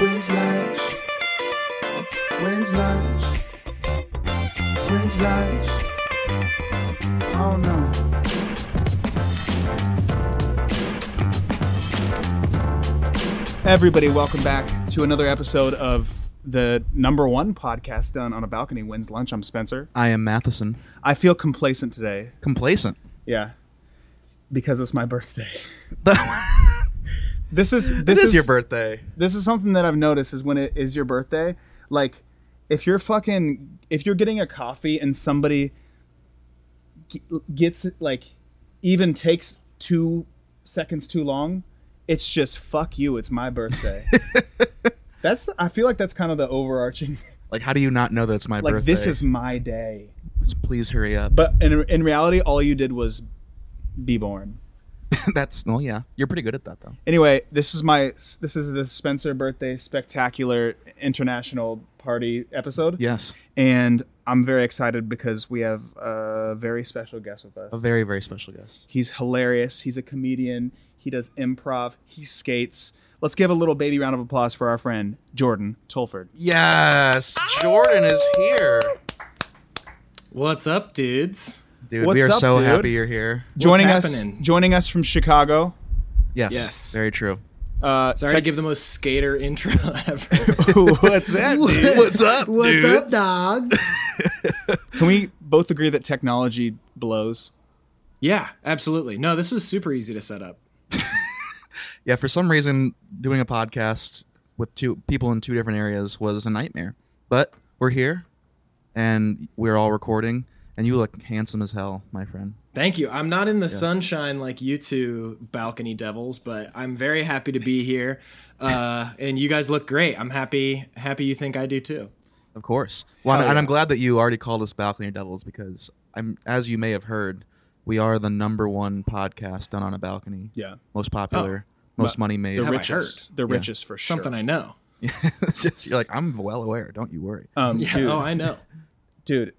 When's lunch? When's lunch? When's lunch? I don't know. Everybody, welcome back to another episode of the number one podcast done on a balcony. When's lunch? I'm Spencer. I am Matheson. I feel complacent today. Complacent. Yeah, because it's my birthday. This is this this is your birthday. This is something that I've noticed is when it is your birthday, like if you're fucking if you're getting a coffee and somebody g- gets like even takes 2 seconds too long, it's just fuck you, it's my birthday. that's I feel like that's kind of the overarching Like, how do you not know that it's my like birthday? this is my day. Just Please hurry up. But in in reality all you did was be born. That's well, yeah. You're pretty good at that, though. anyway this is my this is the spencer birthday spectacular international party episode Yes, and i'm very excited because we have a very special guest with us a very very special guest. he's hilarious he's a comedian he does improv he skates let's give a little baby round of applause for our friend jordan tolford Yes, Jordan is here, What's up, dudes? dude. What's we are up, so dude? happy you're here. joining us happening? joining us from chicago Yes, Yes. very true. uh Sorry to give the most skater intro ever. what's that dude? What's up, dudes? dog? can we both agree that technology blows yeah, absolutely. No, this was super easy to set up. Yeah, for some reason, doing a podcast with two people in two different areas was a nightmare. But we're here, and we're all recording. And you look handsome as hell, my friend. Thank you. I'm not in the sunshine like you two balcony devils, but I'm very happy to be here. Uh, and you guys look great. I'm happy. Happy you think I do too. Of course. Well, Hell and I'm yeah. glad that you already called us Balcony Devils because I'm, as you may have heard, we are the number one podcast done on a balcony. yeah Most popular, Oh, most money made. the Have I richest the richest for sure Something I know. it's just you're like I'm well aware. Don't you worry. um Yeah. dude. Oh, I know. dude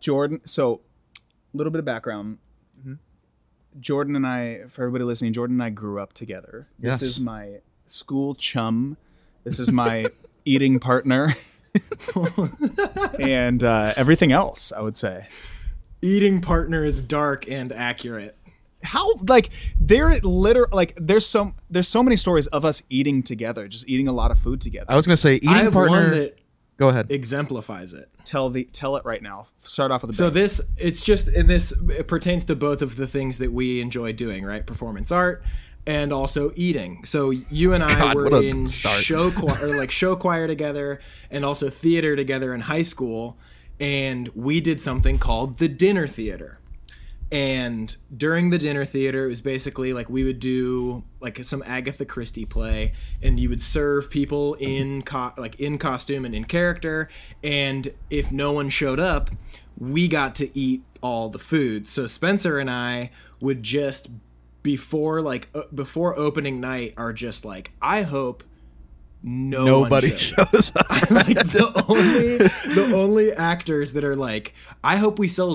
jordan so a little bit of background Mm-hmm. jordan and i for everybody listening jordan and i grew up together this Yes. is my school chum this is my eating partner and uh, everything else i would say Eating partner is dark and accurate. how like there liter like there's some there's so many stories of us eating together just eating a lot of food together I was gonna say I eating have one partner. that go ahead. exemplifies it. tell the tell it right now start off with the So this it's just and this it pertains to both of the things that we enjoy doing, right? Performance art and also eating. So you and I God, were what a in start. show choir or like show choir together and also theater together in high school and we did something called the dinner theater. And during the dinner theater, it was basically like we would do like some Agatha Christie play, and you would serve people in co- like in costume and in character. And if no one showed up, we got to eat all the food. So Spencer and I would just before like uh, before opening night are just like I hope no Nobody one shows up." shows up. like the only the only actors that are like i hope we sell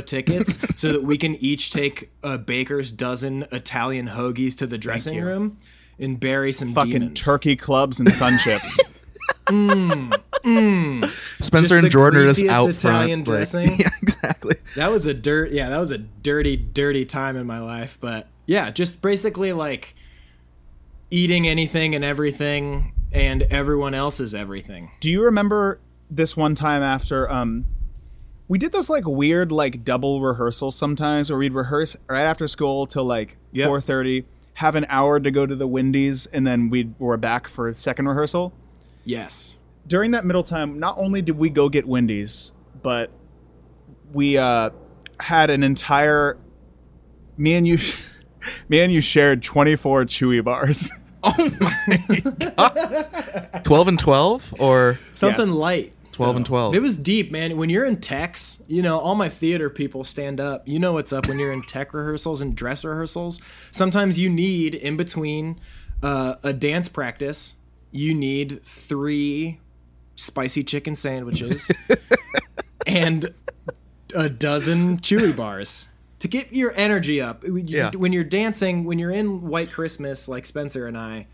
tickets so that we can each take a baker's dozen italian hoagies to the dressing you. room and bury some fucking demons. turkey clubs and sun chips Spencer Just and the Jordan are just greasiest out Italian front. like- dressing. yeah, exactly. that was a dirt yeah that was a dirty dirty time in my life but yeah just basically like eating anything and everything and everyone else is everything Do you remember this one time after um we did those like weird like double rehearsals sometimes where we'd rehearse right after school till like Yep. 4:30, have an hour to go to the Wendy's and then we were back for a second rehearsal. yes During that middle time, not only did we go get Wendy's, but we uh had an entire me and you me and you shared 24 chewy bars. Twelve and twelve or something Yes. light twelve and twelve. It was deep, man. When you're in techs, you know, all my theater people stand up. You know what's up when you're in tech rehearsals and dress rehearsals. Sometimes you need, in between uh, a dance practice, you need three spicy chicken sandwiches and a dozen chewy bars to get your energy up. When you- Yeah. When you're dancing, when you're in White Christmas, like Spencer and I,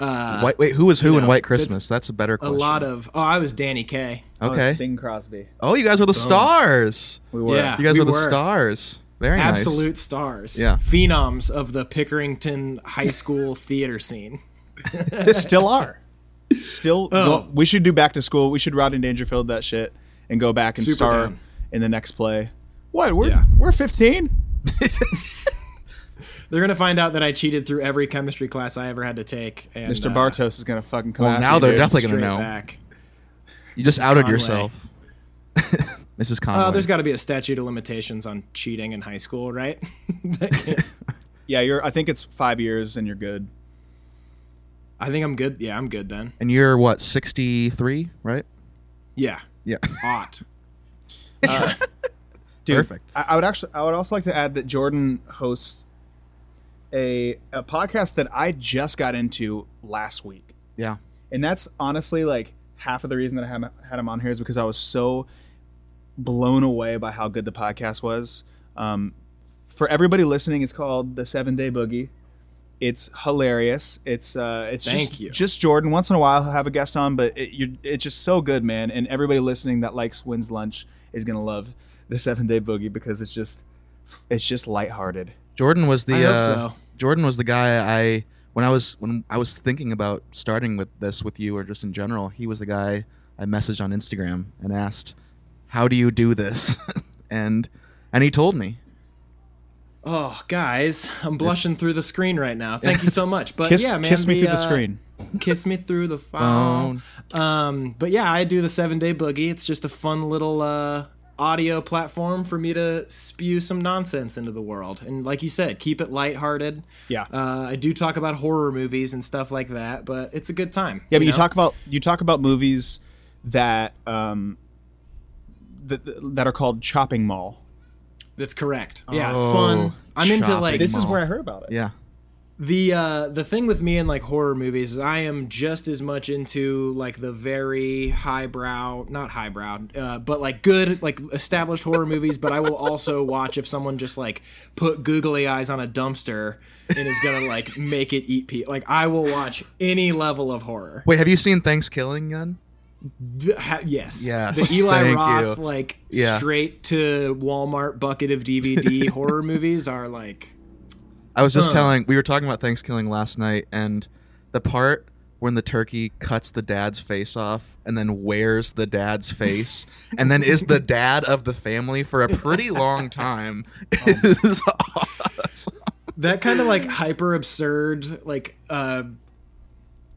Uh, White, wait, who was who in know, White that's Christmas? That's a better a question. Oh, lot of oh, I was Danny Kaye. I was Okay. Bing Crosby. Oh, you guys were the stars. We were. Yeah. You guys we were the were. stars. Very Absolute stars. Yeah. Phenoms of the Pickerington High School theater scene. Still are. Still. Oh. go- we should do back to school. We should Rod and Dangerfield that shit and go back and Super star down. in the next play. What? We're Yeah. we're 15. nice. They're gonna find out that I cheated through every chemistry class I ever had to take. And, Mr. uh, Bartos is gonna fucking come. Well, after now you, they're dude. definitely gonna straight know. back. You just outed Conway. yourself. Mrs. Conway. Uh, there's got to be a statute of limitations on cheating in high school, right? Yeah, you're. I think it's five years and you're good. I think I'm good. Yeah, I'm good then. and you're what, 63, right? Yeah, Yeah. ought. Dude, Perfect. I, I would actually. I would also like to add that Jordan hosts a a podcast that I just got into last week. Yeah. and that's honestly like half of the reason that I haven't had him on here is because I was so blown away by how good the podcast was. Um, for everybody listening, it's called the Seven Day Boogie. It's hilarious. It's uh, it's Thank just, you. just Jordan. Once in a while, he'll have a guest on, but it, you're, it's just so good, man. And everybody listening that likes Wins Lunch is gonna love the Seven Day Boogie because it's just it's just lighthearted. Jordan was the I hope uh, so. Jordan was the guy I when I was when I was thinking about starting with this with you or just in general, he was the guy I messaged on Instagram and asked, "How do you do this?" and and he told me. Oh, guys, I'm blushing through the screen right now. Thank you so much. But Kiss, yeah, man, kiss me through the uh, screen. kiss me through the phone. Um, but yeah, I do the seven day boogie. It's just a fun little uh, audio platform for me to spew some nonsense into the world. And like you said, keep it lighthearted. Yeah. Uh, I do talk about horror movies and stuff like that, but it's a good time. Yeah, but you know? talk about you talk about movies that um that that are called Chopping Mall. That's correct. Yeah, Oh, fun. I'm into shopping like This This is is Mall. where where I heard about it. Yeah. the uh the thing with me and like horror movies is i am just as much into like the very highbrow not highbrow uh, but like good like established horror movies but i will also watch if someone just like put googly eyes on a dumpster and is gonna like make it eat people like i will watch any level of horror Wait, have you seen Thanksgiving then? D- ha- yes Yes, the eli thank roth you. like Yeah. straight to walmart bucket of dvd horror movies are like I was just Huh. telling we were talking about Thanksgiving last night and the part when the turkey cuts the dad's face off and then wears the dad's face and then is the dad of the family for a pretty long time is awesome. that kind of like hyper absurd like uh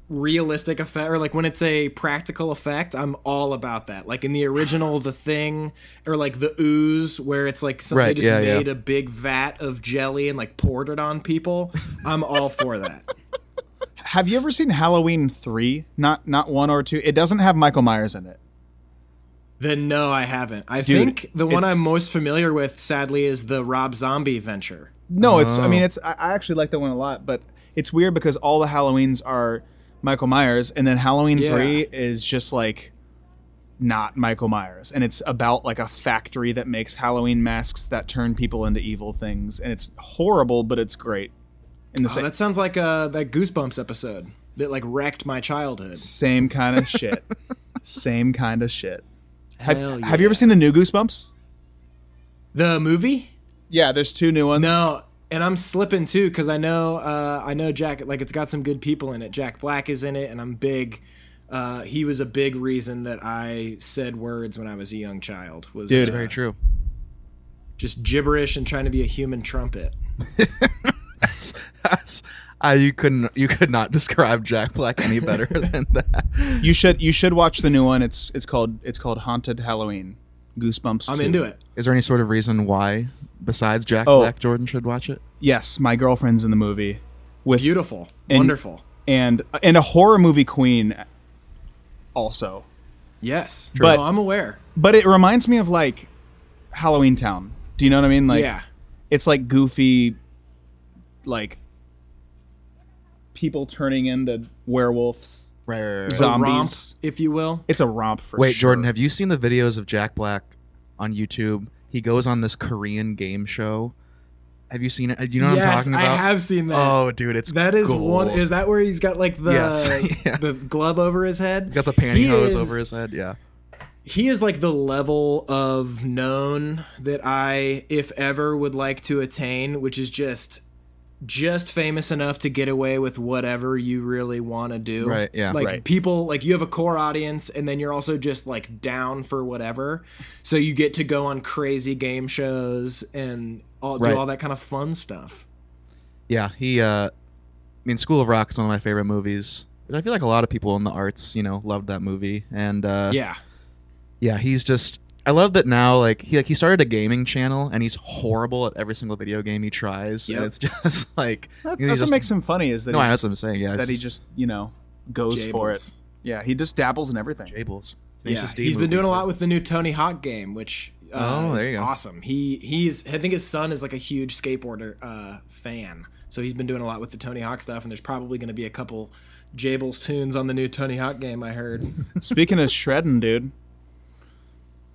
realistic effect or like when it's a practical effect i'm all about that like in the original the thing or like the ooze where it's like somebody Right, just yeah, yeah. made a big vat of jelly and like poured it on people i'm all for that Have you ever seen Halloween 3? Not not 1 or 2. It doesn't have Michael Myers in it. then no i haven't i Dude, think the one it's- i'm most familiar with sadly is the rob zombie venture No, it's I Oh. mean it's I, I actually like that one a lot, but it's weird because all the Halloweens are Michael Myers and then Halloween Yeah. 3 is just like not Michael Myers and it's about like a factory that makes Halloween masks that turn people into evil things and it's horrible but it's great. In the oh, same that sounds like uh that goosebumps episode that like wrecked my childhood Same kind of shit. Same kind of shit. Have, Hell have you ever yeah. seen the new Goosebumps? the movie Yeah, there's two new ones. No, and I'm slipping too because I know uh, I know Jack. Like it's got some good people in it. Jack Black is in it, and I'm big. Uh, he was a big reason that I said words when I was a young child. Was Dude. uh, Very true. just gibberish and trying to be a human trumpet. That's, that's I, you couldn't you could not describe Jack Black any better than that. You should you should watch the new one. It's it's called it's called Haunted Halloween. Goosebumps. I'm 2. into it. Is there any sort of reason why besides Jack Oh. Black Jordan should watch it? Yes, my girlfriend's in the movie with Beautiful, And- wonderful. and and a horror movie queen also. Yes, But- no, I'm aware. But it reminds me of like Halloween Town. Do you know what I mean? Like yeah, it's like goofy like people turning into werewolves. Right. right. A romp, zombies. if you will. It's a romp for Wait, sure. Jordan, have you seen the videos of Jack Black on YouTube? He goes on this Korean game show Have you seen it? Uh, Do you know what I'm Yes, talking I about? have seen that. Oh, dude, it's That is one. gold. Is that where he's got like the Yes, yeah. the glove over his head? got the He pantyhose is- over his head. Yeah, He is like the level of known that I, if ever, would like to attain, which is just just famous enough to get away with whatever you really want to do. Right, yeah. Like Right. people like you have a core audience and then you're also just like down for whatever. So you get to go on crazy game shows and all Right. do all that kind of fun stuff. yeah. He, uh, I mean, School of Rock is one of my favorite movies. I feel like a lot of people in the arts, you know, loved that movie. And uh, yeah. yeah, he's just. I love that now. Like he, like he started a gaming channel, and he's horrible at every single video game he tries. Yep. And it's just like That's, he's that's just- what makes him funny is that No, he's, that's what I'm saying. Yeah, it's that he just you know goes for it. Jables. Yeah, he just dabbles in everything. Jables. Yeah, Tenacious D he's been movie, doing a too. lot with the new Tony Hawk game, which uh, Oh, is there you go. awesome. He he's I think his son is like a huge skateboarder uh, fan, so he's been doing a lot with the Tony Hawk stuff. And there's probably going to be a couple Jables tunes on the new Tony Hawk game. I heard. Speaking of shredding, dude,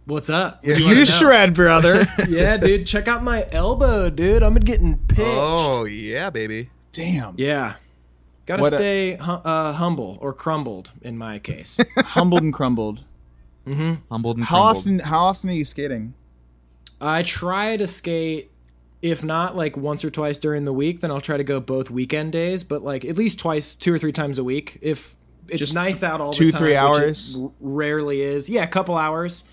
What's up? Yeah. wanna know? brother. yeah, dude. Check out my elbow, dude. I'm getting pitched. Oh yeah, baby. Damn, Yeah. Gotta What a- stay hu- uh, humble or crumbled in my case. humbled and crumbled. Humbled and How crumbled. often? How often are you skating? I try to skate if not like once or twice during the week, then I'll try to go both weekend days, but like at least twice, two or three times a week. If it's nice out all two, the time, three which it hours? r- rarely is. Yeah, a couple hours.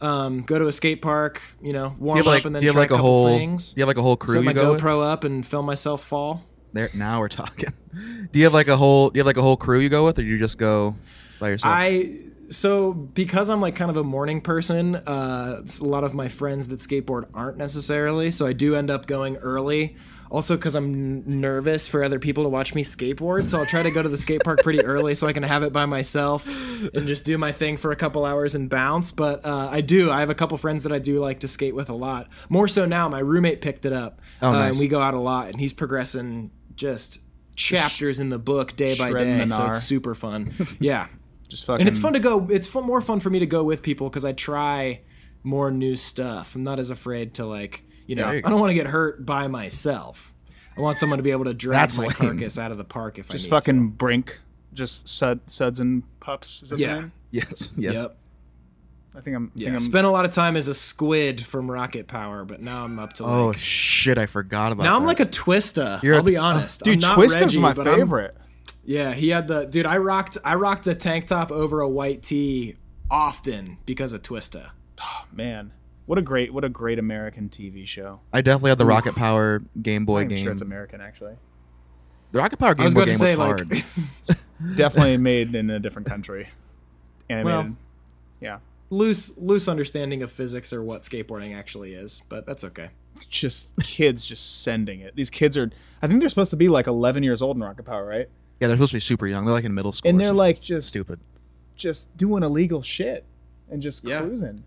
Um, go to a skate park, you know, warm Do you have up like, and then do you have, try like, a a couple whole? things. Do you have like a whole crew Set you my go with? GoPro up and film myself fall. There, now we're talking. Do you have like a whole? Do you have like a whole crew you go with, or do you just go by yourself? I so because I'm like kind of a morning person, uh, s- a lot of my friends that skateboard aren't necessarily. So I do end up going early. Also, because I'm n- nervous for other people to watch me skateboard, so I'll try to go to the skate park pretty early so I can have it by myself and just do my thing for a couple hours and bounce. But uh, I do. I have a couple friends that I do like to skate with a lot. More so now, my roommate picked it up, Oh, uh, nice. and we go out a lot. And he's progressing just chapters in the book day by shredding day, an so R. it's super fun. Yeah. Just fucking. And it's fun to go. It's fun, more fun for me to go with people because I try more new stuff. I'm not as afraid to like, you know, There you I don't want to get hurt by myself. I want someone to be able to drag That's my lame. carcass out of the park if I Just need fucking brink. Just sud, suds and pups. Is that To. the Yeah. name? yes, yes. Yep. I think I'm. Yeah. I think I'm Spent a lot of time as a squid from Rocket Power, but now I'm up to like. Oh shit! I forgot about. now I'm that. like a Twista. You're a I'll be tw- honest. I'm dude, not Twist is Reggie, my but I'm- favorite. yeah, he had the dude. I rocked. I rocked a tank top over a white tee often because of Twista. Man, what a great, what a great American TV show. I definitely had the Rocket Power Game Boy I'm game. sure it's American, actually. the Rocket Power I Game was Boy going to game was say like. hard. Definitely made in a different country. Animated. Well- yeah. loose loose understanding of physics or what skateboarding actually is, but that's okay. Just kids, just sending it. These kids are. I think they're supposed to be like 11 years old in Rocket Power, right? yeah, they're supposed to be super young. They're like in middle school. And or they're something. like just stupid. just doing illegal shit and just Yeah. cruising.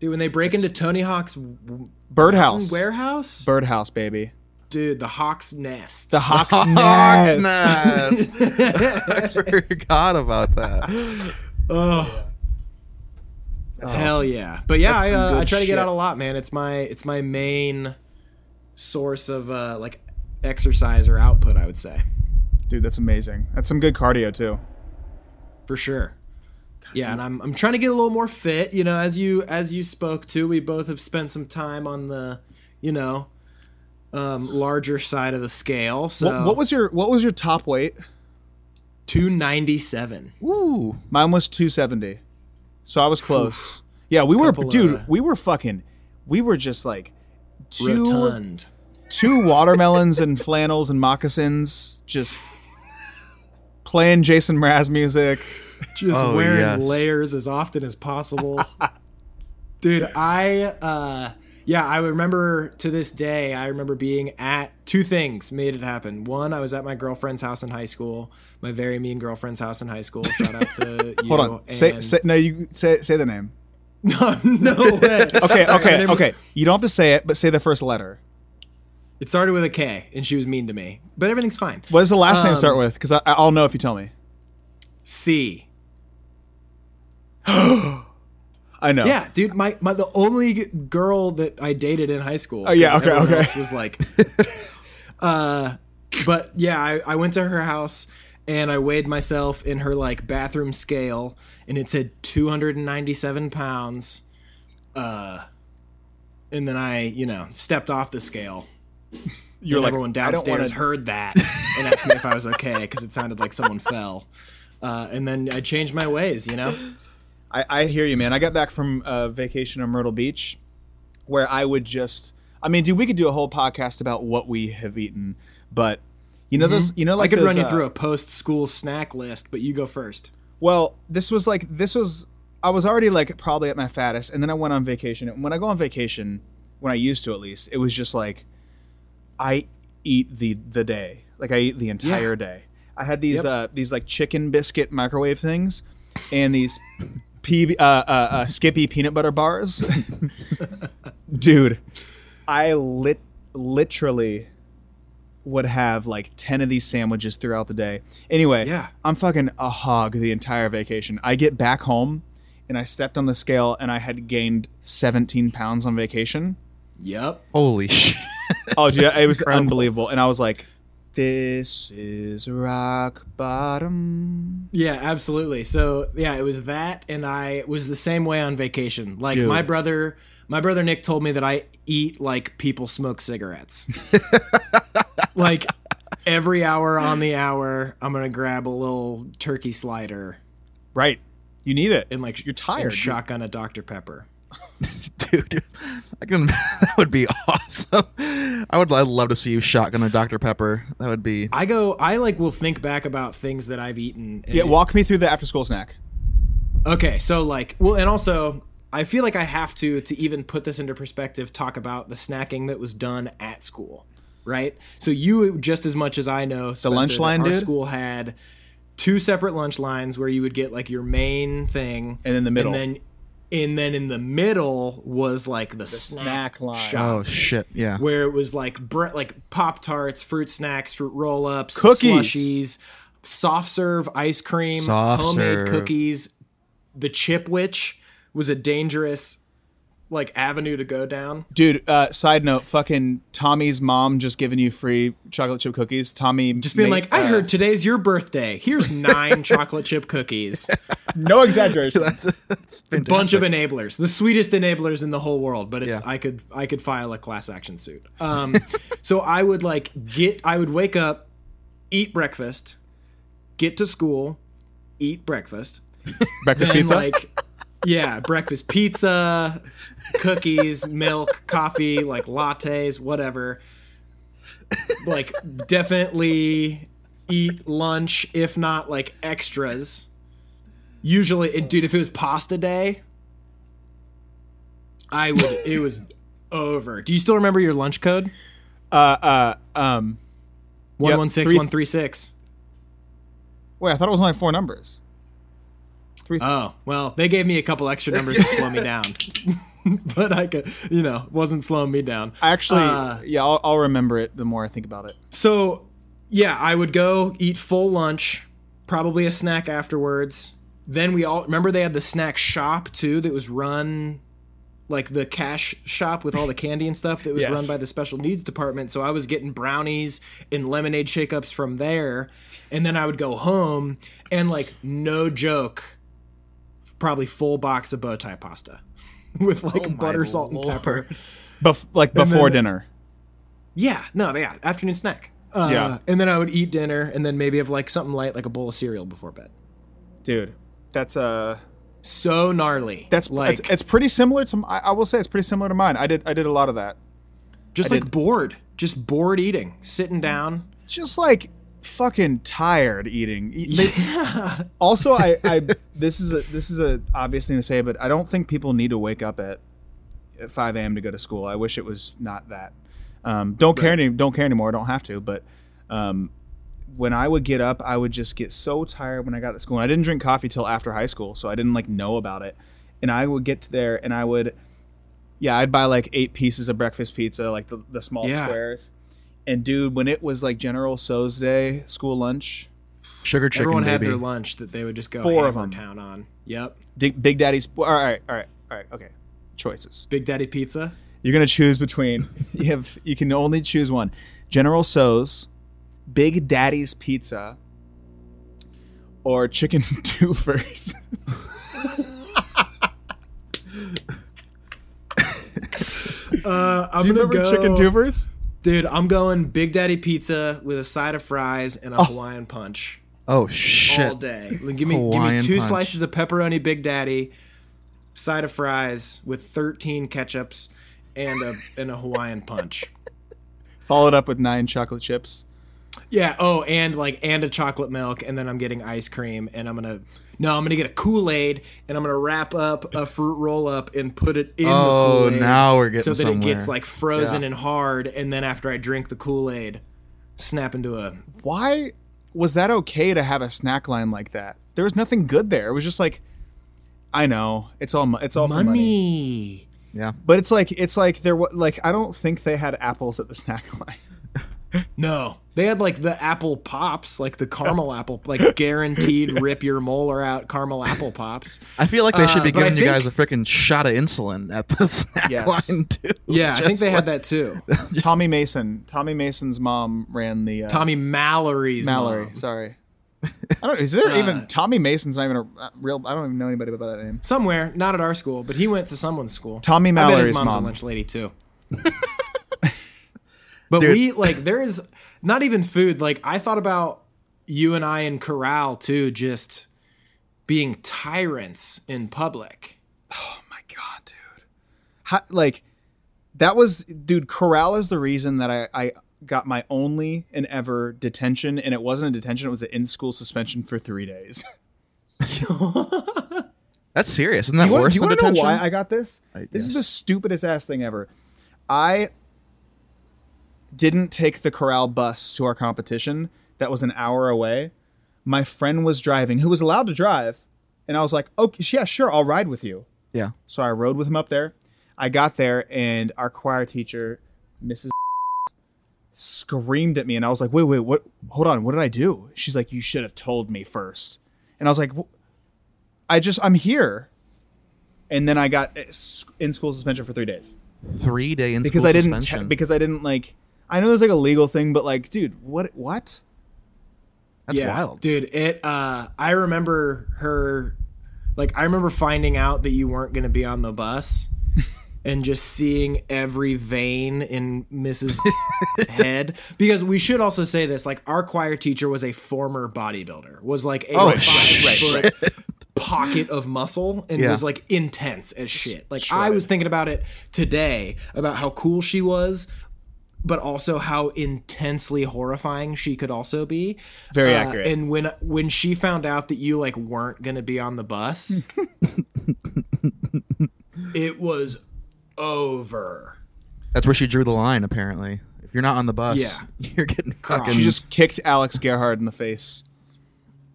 Dude, when they break into Tony Hawk's w- Birdhouse. warehouse, Birdhouse, baby. dude, the Hawk's nest. The Hawks. Hawks Nest. nest. I forgot about that. oh, That's hell awesome. yeah! But yeah, That's I, some uh, I good try to shit. get out a lot, man. It's my it's my main source of uh, like exercise or output, I would say, Dude, that's amazing. That's some good cardio too. for sure. Yeah, and I'm I'm trying to get a little more fit. You know, as you as you spoke to, we both have spent some time on the, you know, um, larger side of the scale. So What, what was your What was your top weight? 297. Woo. Mine was 270, so I was close. yeah, we were, Couple of- dude. we were fucking. We were just like two Rotund. two watermelons and flannels and moccasins, just playing Jason Mraz music. Just Oh, wearing yes. layers as often as possible. Dude, I uh yeah, I remember to this day, I remember being at two things made it happen. One, I was at my girlfriend's house in high school, my very mean girlfriend's house in high school. Shout out to you. Hold on, say, and- say no. You say say the name. no, no way. Okay, All right, her okay, name- okay. You don't have to say it, but say the first letter. It started with a K, and she was mean to me, but everything's fine. What does the last name Um, start with? Because I'll know if you tell me. C. I know. Yeah, dude, my, my the only g- girl that I dated in high school. Oh, yeah, 'cause okay, everyone okay. else Was like, uh, but yeah, I, I went to her house and I weighed myself in her like bathroom scale, and it said 297 pounds. Uh, and then I, you know, stepped off the scale. You're and like everyone I don't downstairs wanna- heard that and asked me if I was okay because it sounded like someone fell. Uh, and then I changed my ways, you know. I, I hear you, man. I got back from uh, vacation on Myrtle Beach, where I would just. I mean, dude, we could do a whole podcast about what we have eaten, but you know those. You know, like Mm-hmm. I could those, run you uh, through a post-school snack list, but you go first. Well, this was like this was I was already like probably at my fattest, and then I went on vacation. And when I go on vacation, when I used to at least, it was just like I eat the the day, like I eat the entire day. I had these Yep. uh these like chicken biscuit microwave things, and these PB, uh, uh, uh, Skippy peanut butter bars, dude. I lit literally would have like 10 of these sandwiches throughout the day. Anyway, Yeah. I'm fucking a hog the entire vacation. I get back home and I stepped on the scale and I had gained 17 pounds on vacation. Yep. Holy shit. Oh, dude, it was incredible. unbelievable. And I was like, this is rock bottom. Yeah, absolutely. So yeah, it was that, and I was the same way on vacation. Like my brother, my brother Nick told me that I eat like people smoke cigarettes. like every hour on the hour, I'm gonna grab a little turkey slider Right. You need it. and like you're tired. and shotgun a Dr Pepper. dude. I can. That would be awesome. I would. I'd love to see you shotgun a Dr Pepper. That would be. I go, I like will think back about things that I've eaten. and yeah, it- walk me through the after school snack. Okay, so like, well, and also, I feel like I have to to even put this into perspective. Talk about the snacking that was done at school, right? So you just as much as I know, Spencer, lunch that line, our dude? School had two separate lunch lines where you would get like your main thing, And then the middle. and then and then in the middle was like the, snack, snack line. shop Oh shit. Yeah. where it was like bre- like pop tarts, fruit snacks, fruit roll ups, Cookies. slushies, soft serve ice cream, Soft homemade serve. cookies. The chip witch was a dangerous like avenue to go down. Dude, uh, side note, fucking Tommy's mom just giving you free chocolate chip cookies. Tommy Just being made, like, I uh, heard today's your birthday. Here's nine chocolate chip cookies. no exaggeration. That's, that's fantastic. Bunch of enablers, the sweetest enablers in the whole world. But it's Yeah. I could I could file a class action suit. Um, so I would like get I would wake up, eat breakfast, get to school, eat breakfast, Breakfast then pizza. like yeah breakfast pizza cookies milk coffee like lattes whatever like definitely eat lunch if not like extras usually and dude if it was pasta day i would it was over do you still remember your lunch code uh, uh, um, 116136 Wait, I thought it was only four numbers. Oh, well, they gave me a couple extra numbers to slow me down. but I could, you know, wasn't slowing me down. I actually, Uh, yeah, I'll, I'll remember it the more I think about it. So, yeah, I would go eat full lunch, probably a snack afterwards. Then we all remember they had the snack shop too that was run like the cash shop with all the candy and stuff that was Yes. run by the special needs department. So I was getting brownies and lemonade shakeups from there. And then I would go home and, like, no joke, probably full box of bow tie pasta with like Oh my butter, salt, and pepper. lord. Bef- like before dinner. Yeah, no, yeah, afternoon snack. Uh, Yeah. and then I would eat dinner, and then maybe have like something light, like a bowl of cereal before bed. Dude, that's, uh, So gnarly. that's, like it's, it's pretty similar to, m- I, I will say it's pretty similar to mine. I did, I did a lot of that. I just Mm. like did- bored, just bored eating, sitting down. Just like fucking tired eating. E- they- also, I, I, this is a, this is a obvious thing to say, but I don't think people need to wake up at, at 5 a.m. to go to school. I wish it was not that. Um, don't care any, don't care anymore. I don't have to, but, um, when I would get up, I would just get so tired when I got to school. And I didn't drink coffee till after high school, so I didn't like know about it. And I would get to there and I would, yeah, I'd buy like eight pieces of breakfast pizza, like the, the small Yeah. squares. And dude, when it was like General So's day, school lunch, sugar chicken Everyone had baby. their lunch that they would just go Four of hammer them. town on. Yep. Big, Big Daddy's. All right, all right. All right. Okay. Choices. Big Daddy Pizza. You're gonna choose between. you have. You can only choose one. General So's, Big Daddy's Pizza, or Chicken Doofers. Uh, I'm Do you gonna remember Chicken go- Doofers? Dude, I'm going Big Daddy Pizza with a side of fries and Oh. a Hawaiian punch Oh all shit! day. Like, give me Hawaiian give me two punch. slices of pepperoni Big Daddy, side of fries with 13 ketchups and a and a Hawaiian punch. Followed up with nine chocolate chips. Yeah. Oh, and like and a chocolate milk, and then I'm getting ice cream, and I'm gonna no, I'm gonna get a Kool Aid, and I'm gonna wrap up a fruit roll up and put it in. Oh, the Kool-Aid now we're getting so that it somewhere. gets like frozen Yeah. and hard, and then after I drink the Kool Aid, snap into a Why was that okay to have a snack line like that? There was nothing good there. It was just like, I know it's all mo- it's all for money. money. Yeah, But it's like it's like there was like I don't think they had apples at the snack line. No, they had like the apple pops, like the caramel apple, like guaranteed rip your molar out caramel apple pops. I feel like they should Uh, be but I giving you think- guys a freaking shot of insulin at the snack Yes. line too. Yeah, I think Just they had like- that too. Tommy Mason, Tommy Mason's mom ran the uh, Tommy Mallory's Mallory. mom. Uh, Sorry, I don't. Is there even Tommy Mason's not even a uh, real? I don't even know anybody by that name. somewhere, not at our school, but he went to someone's school. Tommy I bet Mallory's his mom's mom. a lunch lady too. but Dude. we like there is not even food. Like I thought about you and I in Corral too, just being tyrants in public. Oh my god, dude! How, like that was, dude. Corral is the reason that I I got my only and ever detention, and it wasn't a detention; it was an in-school suspension for three days. That's serious. Isn't that You wanna- worse you than wanna detention? Know why I got this? this is yes. the stupidest ass thing ever. I didn't take the corral bus to our competition that was an hour away. My friend was driving, who was allowed to drive, and I was like, "Oh yeah, sure, I'll ride with you." yeah. So I rode with him up there. I got there, and our choir teacher, Mrs. screamed at me, and I was like, "Wait, wait, what? Hold on, what did I do?" She's like, "You should have told me first. And I was like, "Wh- "I just, I'm here." And then I got s- in school suspension for three days Three day in because school I didn't te- suspension. because I didn't like. I know there's like a legal thing, but like, dude, what? What? That's wild. dude it uh i remember her like i remember finding out that you weren't going to be on the bus and just seeing every vein in mrs head because we should also say this like our choir teacher was a former bodybuilder was like a Oh, five shit. foot pocket of muscle and Yeah. was like intense as shit like i was thinking about it today about how cool she was but also how intensely horrifying she could also be. Very Uh, accurate. And when when she found out that you like weren't gonna be on the bus, it was over. That's where she drew the line. Apparently, if you're not on the bus, Yeah. you're getting fucking. She just kicked Alex Gerhard in the face.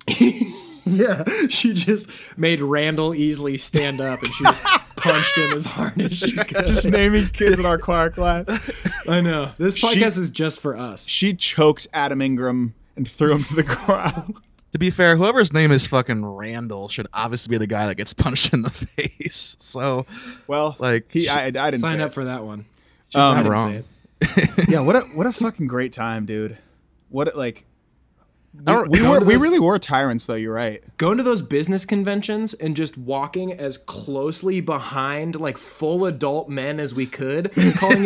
Yeah, she just made Randall Easley stand up, and she just punched him as hard as she could. Just naming kids in our choir class. I know this podcast is just for us. she choked Adam Ingram and threw him to the ground. to be fair, whoever's name is fucking Randall should obviously be the guy that gets punched in the face. So Well, Like, he, she- I, I didn't Sign say up it. for that one. she's not didn't say wrong. it. Yeah, what a what a fucking great time, dude. What a, like I don't- we go were to we those- really were tyrants though. You're right. going to those business conventions and just walking as closely behind like full adult men as we could, calling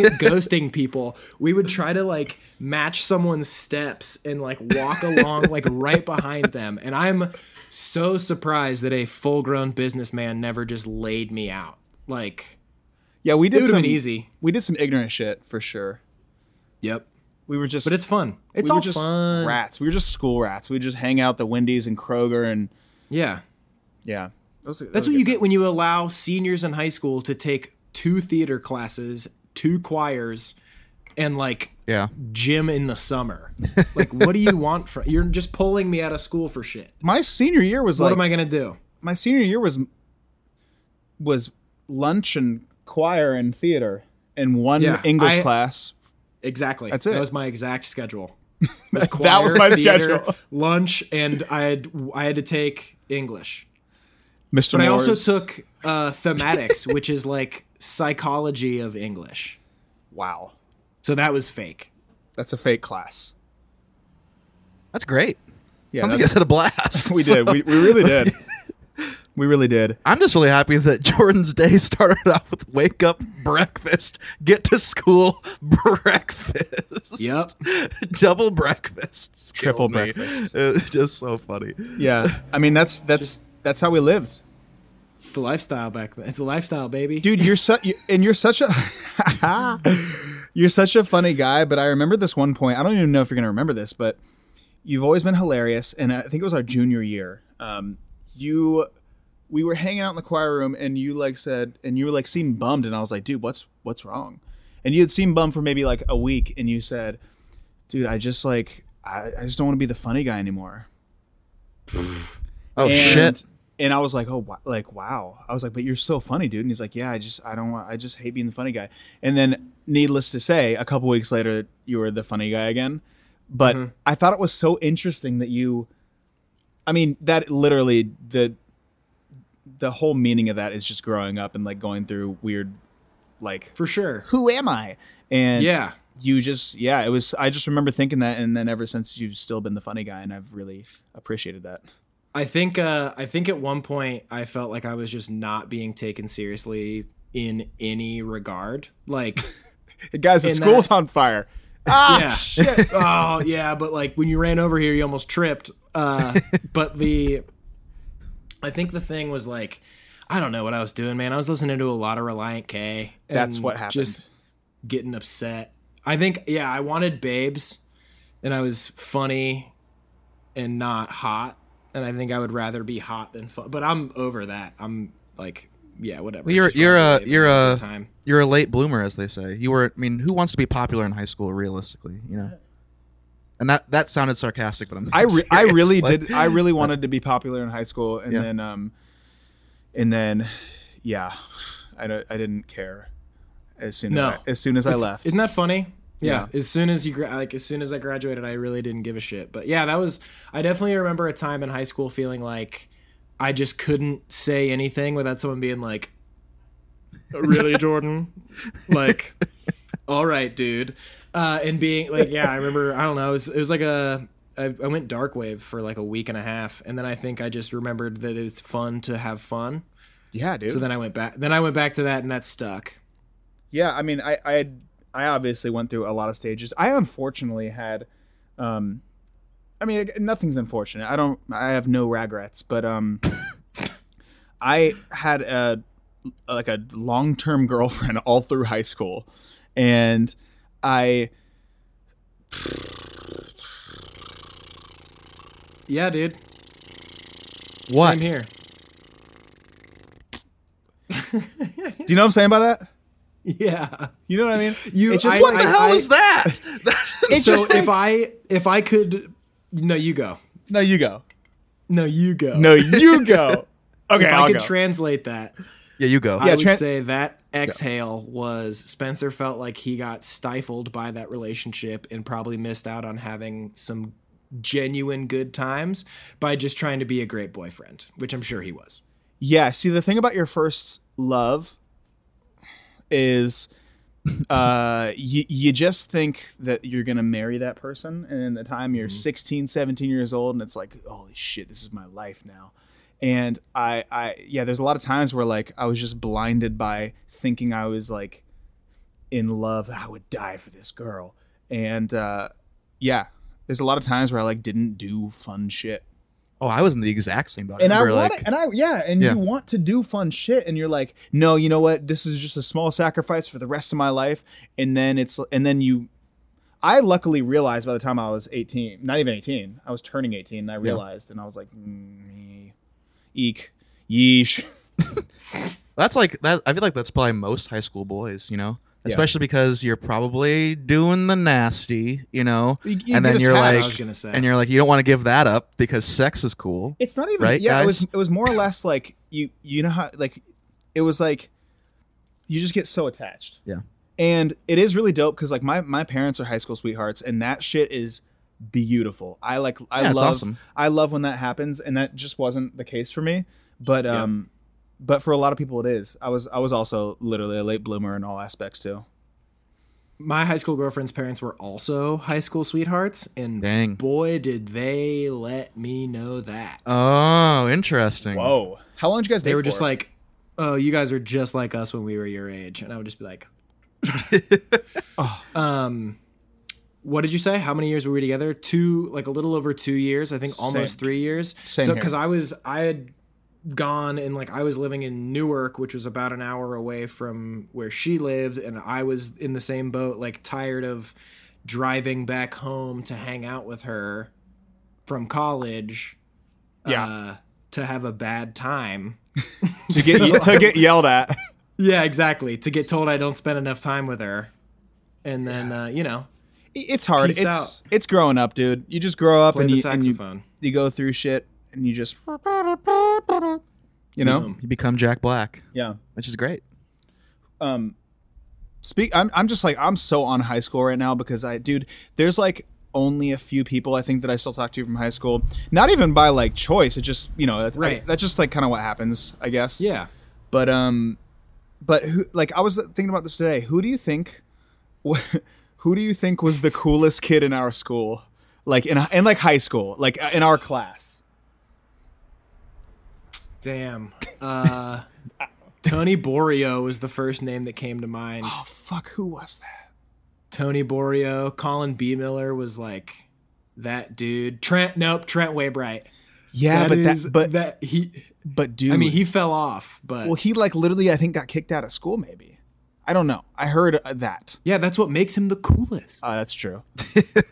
it ghosting people. We would try to like match someone's steps and like walk along like right behind them. And I'm so surprised that a full grown businessman never just laid me out. Like, Yeah, we did would've some been easy. We did some ignorant shit for sure. yep. We were just But it's fun. It's we all were just fun. rats. We were just school rats. We would just hang out at the Wendy's and Kroger and Yeah. yeah. Those- those That's were what you good get when you allow seniors in high school to take two theater classes, two choirs, and like Yeah. gym in the summer. Like, what do you want from? You're just pulling me out of school for shit. times. My senior year was What like am I gonna do? my senior year was was lunch and choir and theater and one Yeah, English I- class Exactly. That's it. That was my exact schedule. That was my schedule. Lunch, and I had I had to take English. Mr. But I also Moore's- took uh, thematics, which is like psychology of English. Wow, So that was fake. that's a fake class. That's great. Yeah, Sounds like you that's- guys had a blast. we So, did. We, we really did. we really did. I'm just really happy that Jordan's day started off with wake up, breakfast, get to school, breakfast. Yep. Double breakfast. Triple Killed me. breakfast. It was just so funny. Yeah, I mean that's that's that's how we lived, It's the lifestyle back then. It's the lifestyle, baby. dude. You're such you, and you're such a you're such a funny guy. But I remember this one point. I don't even know if you're gonna remember this, but you've always been hilarious. And I think it was our junior year. Um, you we were hanging out in the choir room, and you like said, and you were like seemed bummed, and I was like, dude, what's what's wrong? And you had seemed bummed for maybe like a week, and you said, dude, I just like I, I just don't want to be the funny guy anymore. Oh, and, shit. And I was like, oh, wa- like wow. I was like, but you're so funny, dude. And he's like, yeah, I just, I don't want, I just hate being the funny guy. And then, needless to say, a couple weeks later, you were the funny guy again. But I thought it was so interesting that you, I mean, that literally the, the whole meaning of that is just growing up and like going through weird, like, For sure. who am I? And Yeah. you just, yeah, it was. I just remember thinking that, and then ever since you've still been the funny guy, and I've really appreciated that. I think uh, I think at one point I felt like I was just not being taken seriously in any regard. Like guys, the In school's that- on fire. Ah, yeah. shit. oh yeah, but like when you ran over here, you almost tripped. Uh, but the, I think the thing was like, I don't know what I was doing, man. I was listening to a lot of Reliant K. and That's what happened. Just getting upset. I think yeah, I wanted babes, and I was funny, and not hot. And I think I would rather be hot than fun. But I'm over that. I'm like yeah, whatever. Well, you're Just you're run a away, but you're at a the time. you're a late bloomer, as they say. You were. I mean, who wants to be popular in high school, realistically? You know. And that that sounded sarcastic, but I'm. I re- I serious. really Like, did. I really wanted to be popular in high school, and Yeah. then um, and then, yeah, I don't. I didn't care. As soon No. as I, as soon as I It's- left, Isn't that funny? Yeah. Yeah. As soon as you gra- like, as soon as I graduated, I really didn't give a shit. But yeah, that was. I definitely remember a time in high school feeling like I just couldn't say anything without someone being like, "Really, Jordan? like, all right, dude." Uh, and being like, yeah, I remember. I don't know. It was, it was like a. I, I went dark wave for like a week and a half, and then I think I just remembered that it's fun to have fun. yeah, dude. So then I went back. Then I went back to that, and that stuck. yeah, I mean, I I had, I obviously went through a lot of stages. I unfortunately had, um, I mean, nothing's unfortunate. I don't. I have no regrets, but um, I had a like a long term girlfriend all through high school, and I. Yeah, dude. what? Same here. Do you know what I'm saying by that? Yeah. You know what I mean? You- It's just I- What the I- hell I- is that? It's So just if I if I could no you go. no, you go. No you go. No, you go. Okay, if I'll I could go. translate that, yeah, you go. I Yeah, would tran- say that exhale was Spencer felt like he got stifled by that relationship and probably missed out on having some genuine good times by just trying to be a great boyfriend, which I'm sure he was. yeah. See, the thing about your first love is, uh, you you just think that you're gonna marry that person, and in the time you're 16, 17 years old, and it's like, holy shit, this is my life now. And I, I, yeah, there's a lot of times where like I was just blinded by thinking I was like in love. I would die for this girl. And uh, yeah, there's a lot of times where I like didn't do fun shit. Oh, I was in the exact same boat. and I remember, want like, it, and I yeah, and Yeah. you want to do fun shit, and you're like, no, you know what? This is just a small sacrifice for the rest of my life, and then it's and then you. I luckily realized by the time I was 18, not even 18, I was turning 18, and I realized, and I was like, mm, eek, yeesh. That's like that. I feel like that's probably most high school boys, you know, Yeah. especially because you're probably doing the nasty, you know, You- you and get then a you're tap. I like, was gonna say. and you're like, you don't want to give that up because sex is cool. It's not even Right, yeah. It was guys? it was more or less like you you know how like it was like you just get so attached. Yeah. And it is really dope because like my my parents are high school sweethearts, and that shit is beautiful. I like I Yeah, love it's awesome. I love when that happens and that just wasn't the case for me, but um but for a lot of people it is. I was I was also literally a late bloomer in all aspects too. my high school girlfriend's parents were also high school sweethearts, and Dang. boy, did they let me know that. Oh, interesting. Whoa. How long did you guys they date were just for? like, "Oh, you guys are just like us when we were your age," and I would just be like, Oh. "Um, what did you say? How many years were we together? Two, like a little over two years. I think almost Same. three years. Same here. because I was I had gone and like I was living in Newark, which was about an hour away from where she lived, and I was in the same boat, like tired of driving back home to hang out with her from college. Yeah. Uh, to have a bad time. to get to get yelled at. Yeah, exactly. To get told I don't spend enough time with her, and then uh, you know, It's hard. Peace it's out. it's growing up, dude. You just grow up play and the you, and you saxophone. you go through shit and you just you know? Boom. You become Jack Black, Yeah. which is great. um speak I'm, I'm just like i'm so on high school right now because i dude there's like only a few people i think that i still talk to from high school not even by like choice it just you know that, Right. that's just like kind of what happens i guess Yeah, but um but who like i was thinking about this today who do you think who do you think was the coolest kid in our school like in in like high school like uh, in our class damn. Uh, Tony Borio was the first name that came to mind. oh fuck who was that Tony Borio, Colin B. Miller was like that dude. Trent, nope, Trent Waybright. yeah but is- that but that he. but dude I mean, he fell off, but Well, he like literally, I think, got kicked out of school. Maybe I don't know. I heard uh, that. yeah, that's what makes him the coolest. Uh, that's true.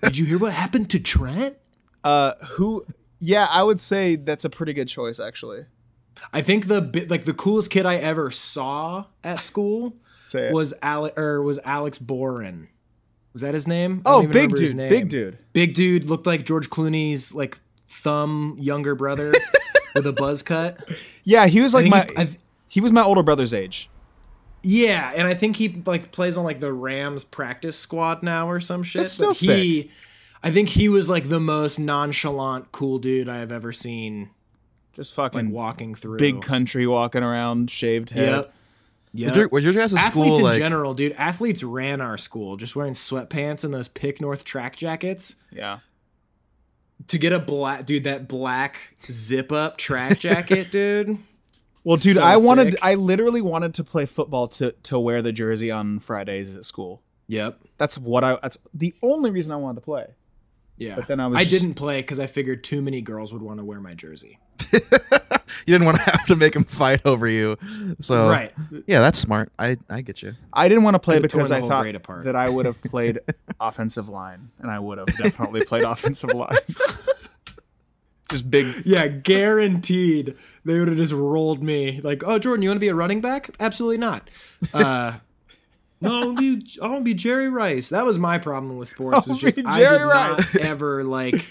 Did you hear what happened to Trent? Uh, who? Yeah, I would say that's a pretty good choice, actually. I think the bi- like the coolest kid I ever saw at school Say it. was Alex or was Alex Boren. Was that his name? I don't oh, even big remember his dude, name. big dude. Big dude looked like George Clooney's like thumb younger brother with a buzz cut. Yeah, he was like think my. he- I th- he was my older brother's age. Yeah, and I think he like plays on like the Rams practice squad now or some shit. That's still but he I think he was like the most nonchalant cool dude I have ever seen Just like fucking walking through. big country walking around, shaved head. Yep. Yep. Was your, was your guys at athletes school in like? general, dude. Athletes ran our school just wearing sweatpants and those Pick North track jackets Yeah. to get a black dude that black zip up track jacket, dude. Well, dude, So I wanted. sick. I literally wanted to play football to to wear the jersey on Fridays at school. Yep. That's what I. That's the only reason I wanted to play. Yeah. But then I was I just- didn't play because I figured too many girls would want to wear my jersey. You didn't want to have to make him fight over you. Oh. So Right. Yeah, that's smart. I I get you. I didn't want to play Could've torn because the I whole thought grade apart. that I would have played offensive line, and I would have definitely played offensive line. Just big. Yeah, guaranteed they would have just rolled me like, "Oh, Jordan, you want to be a running back? Absolutely not." Uh, no, I want to be, I want to be Jerry Rice. That was my problem with sports. Was I'll just be I Jerry did Rice. not ever like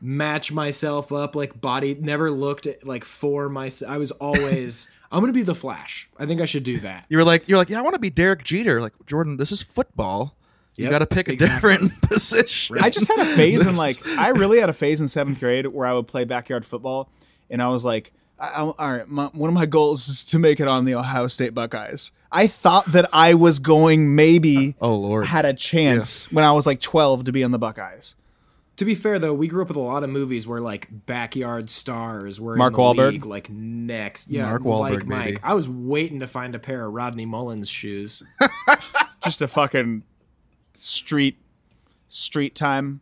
match myself up like body. Never looked at like for myself. I was always I'm gonna be the Flash. I think I should do that. You were like you're like yeah, I want to be Derek Jeter. Like Jordan, this is football. you Yep, got to pick a exactly. different position. I just had a phase in like I really had a phase in seventh grade where I would play backyard football, and I was like, I, I, "All right, my, one of my goals is to make it on the Ohio State Buckeyes." I thought that I was going maybe Oh lord. had a chance when I was like twelve to be on the Buckeyes. To be fair though, we grew up with a lot of movies where like backyard stars were Mark in the Wahlberg? league, like next. Yeah, Mark like Wahlberg, Mike. maybe. I was waiting to find a pair of Rodney Mullins shoes. Just a fucking street, street time,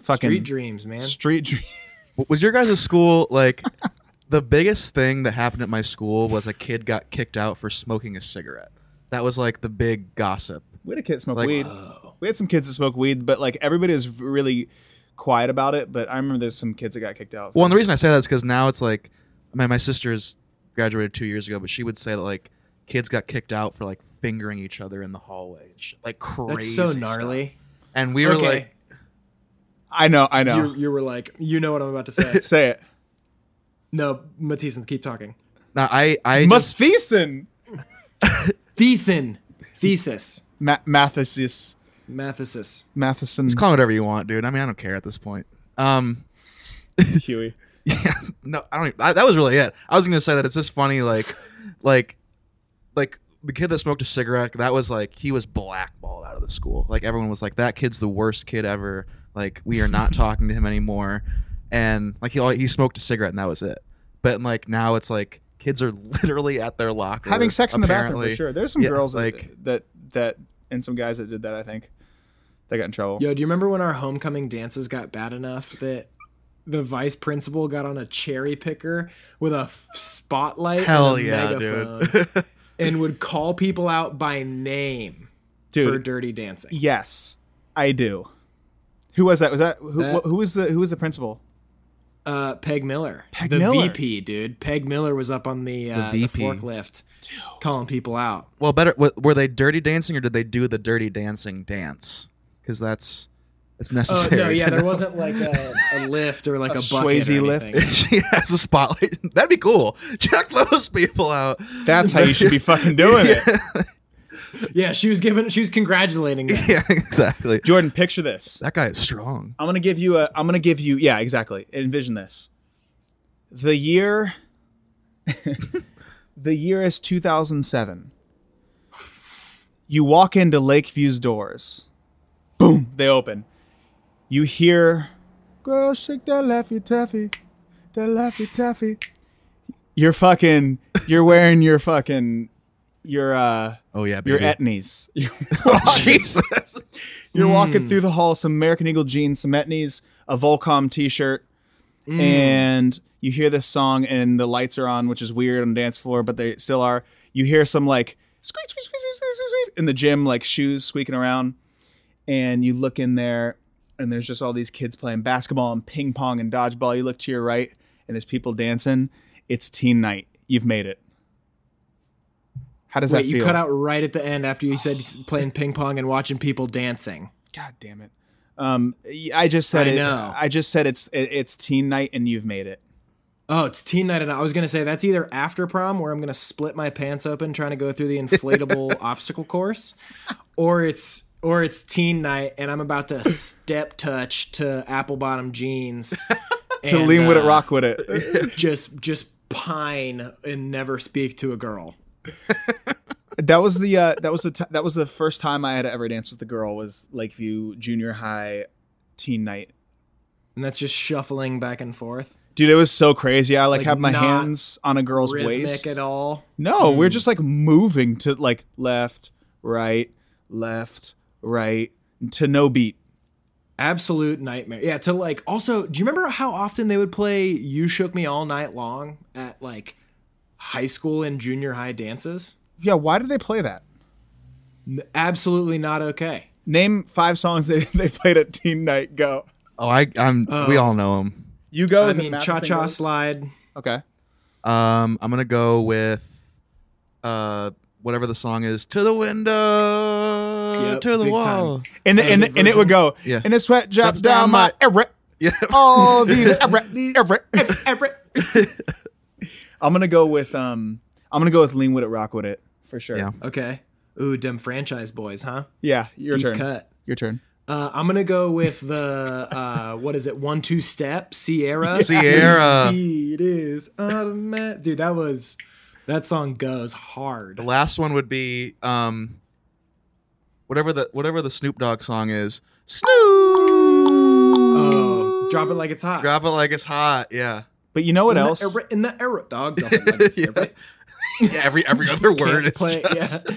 fucking Street dreams, man. Street dream. Was your guys' school like the biggest thing that happened at my school was a kid got kicked out for smoking a cigarette. That was like the big gossip. We had a kid smoke Like- weed. Oh, We had some kids that smoke weed, but like everybody is really quiet about it. But I remember there's some kids that got kicked out. Well, and the reason I say that is because now it's like my my sister's graduated two years ago, but she would say that like kids got kicked out for like fingering each other in the hallway, and shit, like That's crazy. so stuff. gnarly. And we were Okay. like, I know, I know. You, you were like, you know what I'm about to say. Say it, no, Matison, keep talking. no, I I just, Matheson. Thesin. Thesis. Ma- Mathesis. Mathesis. Matheson Just call it whatever you want, dude. I mean, I don't care at this point. Um, Huey. yeah, no, I don't. Even, I, that was really it. I was gonna say that it's just funny, like, like, like the kid that smoked a cigarette. That was like he was blackballed out of the school. Like everyone was like, that kid's the worst kid ever. Like we are not talking to him anymore. And like he al- he smoked a cigarette and that was it. But like now it's like kids are literally at their locker Having sex in the bathroom for apparently. sure. There's some Yeah, girls like like that, that and some guys that did that. I think they got in trouble. Yo, do you remember when our homecoming dances got bad enough that the vice principal got on a cherry picker with a f- spotlight hell and a yeah, megaphone dude. and would call people out by name for Dude, dirty dancing? yes, I do. Who was that? Was that who? That- wh- who was the who was the principal? Uh, Peg Miller, Peg the Miller. VP, dude. Peg Miller was up on the, uh, the VP. forklift, calling people out. Well, better w- were they dirty dancing or did they do the dirty dancing dance? Because that's it's Oh necessary. no, yeah, to there know. wasn't like a, a lift or like a, bucket or Swayze lift? anything. she has a spotlight. That'd be cool. Check those people out. That's how you should be fucking doing it. Yeah, she was giving, she was congratulating them. yeah, exactly. Jordan, picture this. That guy is strong. I'm gonna give you a. I'm gonna give you. Yeah, exactly. Envision this. The year. the year is 2007. You walk into Lakeview's doors. Boom! They open. You hear, "Girl, shake that laffy taffy, that laffy taffy." You're fucking. You're wearing your fucking. Your uh. Oh yeah, Your baby. etnies. You're oh, Jesus. you're Hmm. walking through the hall, some American Eagle jeans, some etnies, a Volcom t-shirt, Hmm. and you hear this song, and the lights are on, which is weird on the dance floor, but they still are. You hear some like squeak, squeak, squeak, squeak, squeak, squeak, squeak in the gym, like shoes squeaking around, and you look in there, and there's just all these kids playing basketball and ping pong and dodgeball. You look to your right, and there's people dancing. It's teen night. You've made it. How does Wait, that you feel? cut out right at the end after you said playing ping pong and watching people dancing. God damn it. Um, I just said I it. know. I just said it's it, it's teen night and you've made it. Oh, it's teen night, and I was gonna say that's either after prom, where I'm gonna split my pants open trying to go through the inflatable obstacle course, or it's or it's teen night, and I'm about to step touch to apple bottom jeans, To and, lean with it, uh, rock with it. just just pine and never speak to a girl. that was the uh, that was the t- that was the first time I had ever danced with a girl was Lakeview Junior High teen night. And that's just shuffling back and forth, Dude, it was so crazy. I like, had my not hands on a girl's rhythmic waist. at all. No, we're just like moving to like left, right, left, right to no beat. Absolute nightmare. Yeah, to like also, do you remember how often they would play You Shook Me All Night Long at like high school and junior high dances? Yeah, why did they play that? N- Absolutely not okay. Name five songs they, they played at teen night. Go. Oh, I, I'm. we all know him. You go. I Oh, and then mean, Matheson Cha Cha goes. Slide. Okay. Um, I'm gonna go with, uh, whatever the song is. To the window. Yep, to the big wall. time. And the, Uh, and, the the, and it would go. Yeah. And the sweat drops down down my every Yeah. all these every every every. I'm gonna go with um. I'm gonna go with lean with it, rock with it for sure. Yeah. Okay. Ooh, dem franchise boys, huh? Yeah. Your turn. Cut. Your turn. Uh, I'm gonna go with the uh, what is it? One two step Sierra. Sierra. It is automatic. Dude, that was that song goes hard. The last one would be um, whatever the whatever the Snoop Dogg song is. Snoop. Oh, drop it like it's hot. Drop it like it's hot. Yeah. But you know what in else? The era, in the era, dog. Drop it like it's Yeah. era. Yeah, every every other word Can't is play- just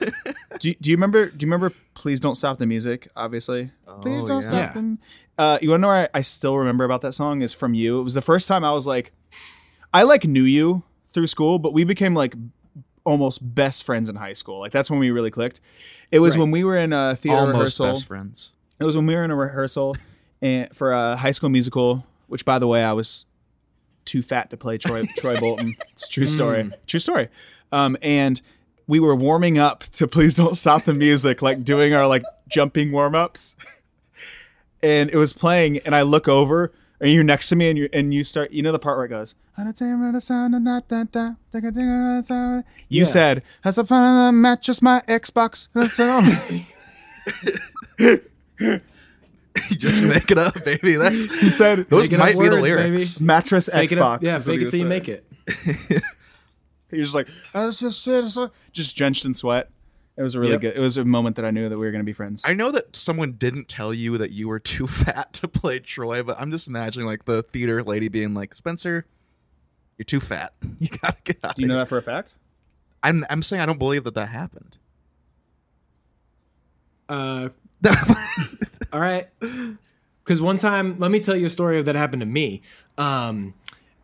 yeah. Do you, do you remember? Do you remember? Please don't stop the music. Obviously, please Oh, don't yeah. stop Yeah. them. Uh, you want to know what I, I still remember about that song is from you. It was the first time I was like, I like knew you through school, but we became like almost best friends in high school. Like that's when we really clicked. It was Right. when we were in a theater almost rehearsal. best friends. It was when we were in a rehearsal and for a High School Musical, which by the way I was too fat to play Troy Troy Bolton. It's a true story. True story. Um, and we were warming up to "Please Don't Stop the Music," like doing our like jumping warm ups, and it was playing. And I look over, and you're next to me, and you and you start. You know the part where it goes. You Yeah. said, "That's a fun match, just my Xbox." You just make it up, baby. That's He said those Making up might be the words, lyrics. mattress Make Xbox. it up. Yeah, is what fake he it was till saying. you make it. He was like, "Oh, it's just, it's just-" just drenched in sweat. It was a really Yep. good. It was a moment that I knew that we were gonna be friends. I know that someone didn't tell you that you were too fat to play Troy, but I'm just imagining like the theater lady being like, "Spencer, you're too fat. You gotta get out." Do you of know here." that for a fact? I'm I'm saying I don't believe that that happened. Uh, That's All right. Because one time, let me tell you a story that happened to me. Um,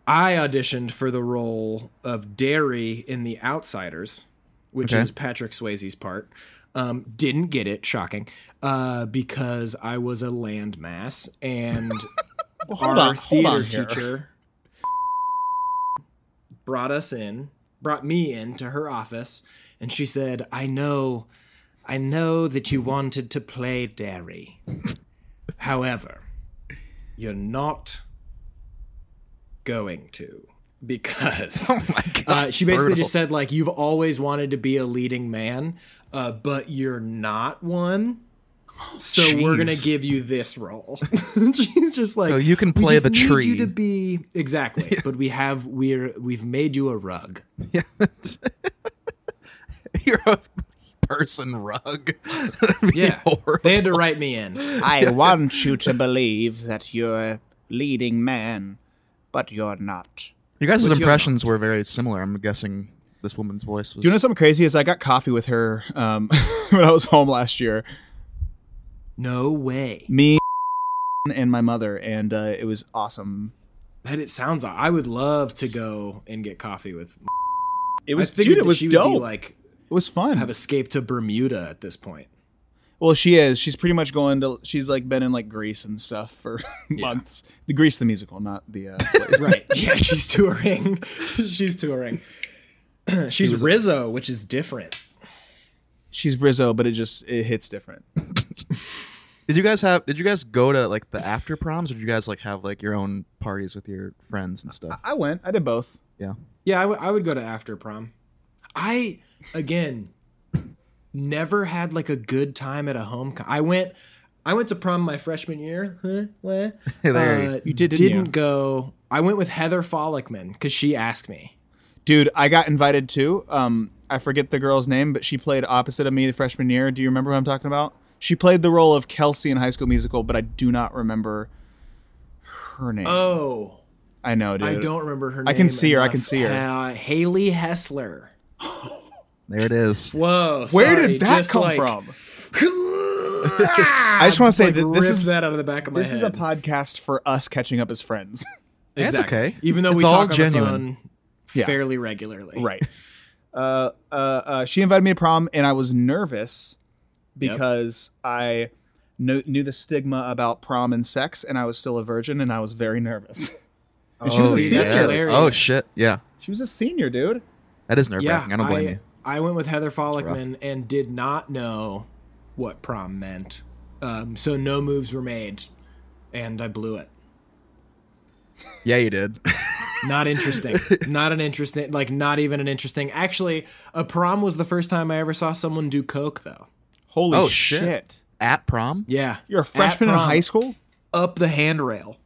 I auditioned for the role of Derry in The Outsiders, which Okay. is Patrick Swayze's part. Um, didn't get it, shocking, uh, because I was a landmass and hold our on- hold theater on here. teacher brought us in, brought me into her office, and she said, I know, I know that you wanted to play Derry. However, you're not going to because Oh my God, uh, she basically brutal. just said like you've always wanted to be a leading man, uh, but you're not one. So we're gonna Jeez. give you this role. She's just like So you can "We play just the need tree." You to be exactly, but we have we're we've made you a rug. Yeah. You're a person rug. That'd be Yeah, horrible. they had to write me in. I want you to believe that you're a leading man, but you're not. Your guys' you're impressions were very similar. I'm guessing this woman's voice was. Do you know something crazy? Is I got coffee with her um, when I was home last year. No way. Me and my mother, and uh, it was awesome. That it sounds. I would love to go and get coffee with. It I was figured dude. It that was she would dope. Be like it was fun. have escaped to Bermuda at this point. well, she is. She's pretty much going to. She's like been in like Greece and stuff for months. The Greece the musical, not the. Uh, play. Right. Yeah, she's touring. she's touring. she's Rizzo, which is different. she's Rizzo, but it just it hits different. Did you guys have? Did you guys go to like the after proms, or did you guys like have like your own parties with your friends and Uh, stuff? I went. I did both. Yeah. Yeah, I, w- I would go to after prom. I again never had like a good time at a home. co- I went I went to prom my freshman year. Huh? What? There Uh, you did, didn't you? didn't go. I went with Heather Follickman because she asked me. Dude, I got invited too. Um, I forget the girl's name, but she played opposite of me the freshman year. Do you remember who I'm talking about? She played the role of Kelsey in High School Musical, but I do not remember her name. Oh, I know, dude. I don't remember her name. I can see her, I can see her. Uh, Haley Hessler. There it is. Whoa. Where sorry, did that just come like- from? I I just want to say like, that this ripped is that out of the back of my This head. is a podcast for us catching up as friends. That's okay. Even though It's we all talk genuine. on the phone Yeah. fairly regularly. right. Uh, uh, uh, she invited me to prom, and I was nervous because I knew, knew the stigma about prom and sex, and I was still a virgin, and I was very nervous. And she was oh, a That's yeah. hilarious. oh shit! Yeah, She was a senior, dude. that is nerve Yeah. wracking. I don't blame I, you. I went with Heather Follickman and did not know what prom meant. Um, so no moves were made, and I blew it. Yeah, you did. Not interesting. not an interesting. Like not even an interesting. Actually, a prom was the first time I ever saw someone do coke, though. Holy Oh, shit. shit. At prom? Yeah, You're a At freshman in prom, high school? Up the handrail,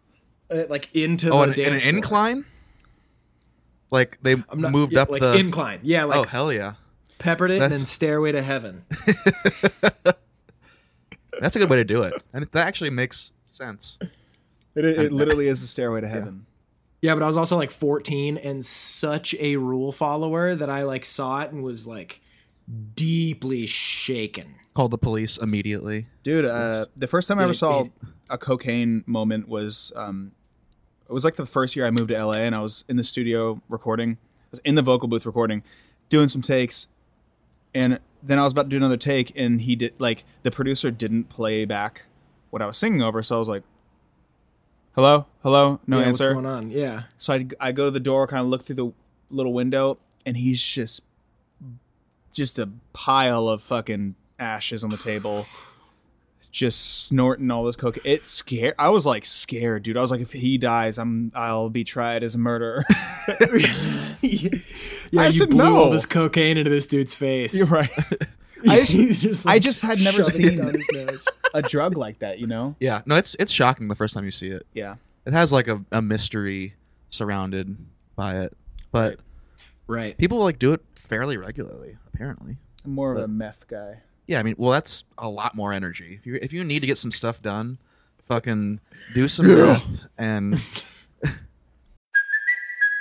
uh, like into Oh, the in, in an dance floor. incline? Like they Not- moved yeah, up like the incline. Yeah, like Oh hell yeah. peppered it and then That's- stairway to heaven. That's a good way to do it. And that actually makes sense. It, it literally is the stairway to heaven. Yeah, but I was also like 14 and such a rule follower that I like saw it and was like deeply shaken. Called the police immediately. Dude, uh, the first time I ever It- saw it- a cocaine moment was um, it was like the first year I moved to LA, and I was in the studio recording. I was in the vocal booth recording, doing some takes, and then I was about to do another take, and he did like the producer didn't play back what I was singing over, so I was like, "Hello, hello, no yeah, answer." What's going on? Yeah. So I, I go to the door, kind of look through the little window, and he's just just a pile of fucking ashes on the table, just snorting all this coke. It scared. I was like scared, dude. I was like, if he dies, I'm I'll be tried as a murderer. yeah, you said blew no. all this cocaine into this dude's face. You're right. I just, Just, I like, just had never shoving it seen down his nose. a drug like that. You know, Yeah, no, it's it's shocking the first time you see it. Yeah. It has like a, a mystery surrounded by it, but Right. people like do it fairly regularly. Apparently, I'm more of a meth guy. yeah. I mean, well, that's a lot more energy. If you if you need to get some stuff done, fucking do some meth and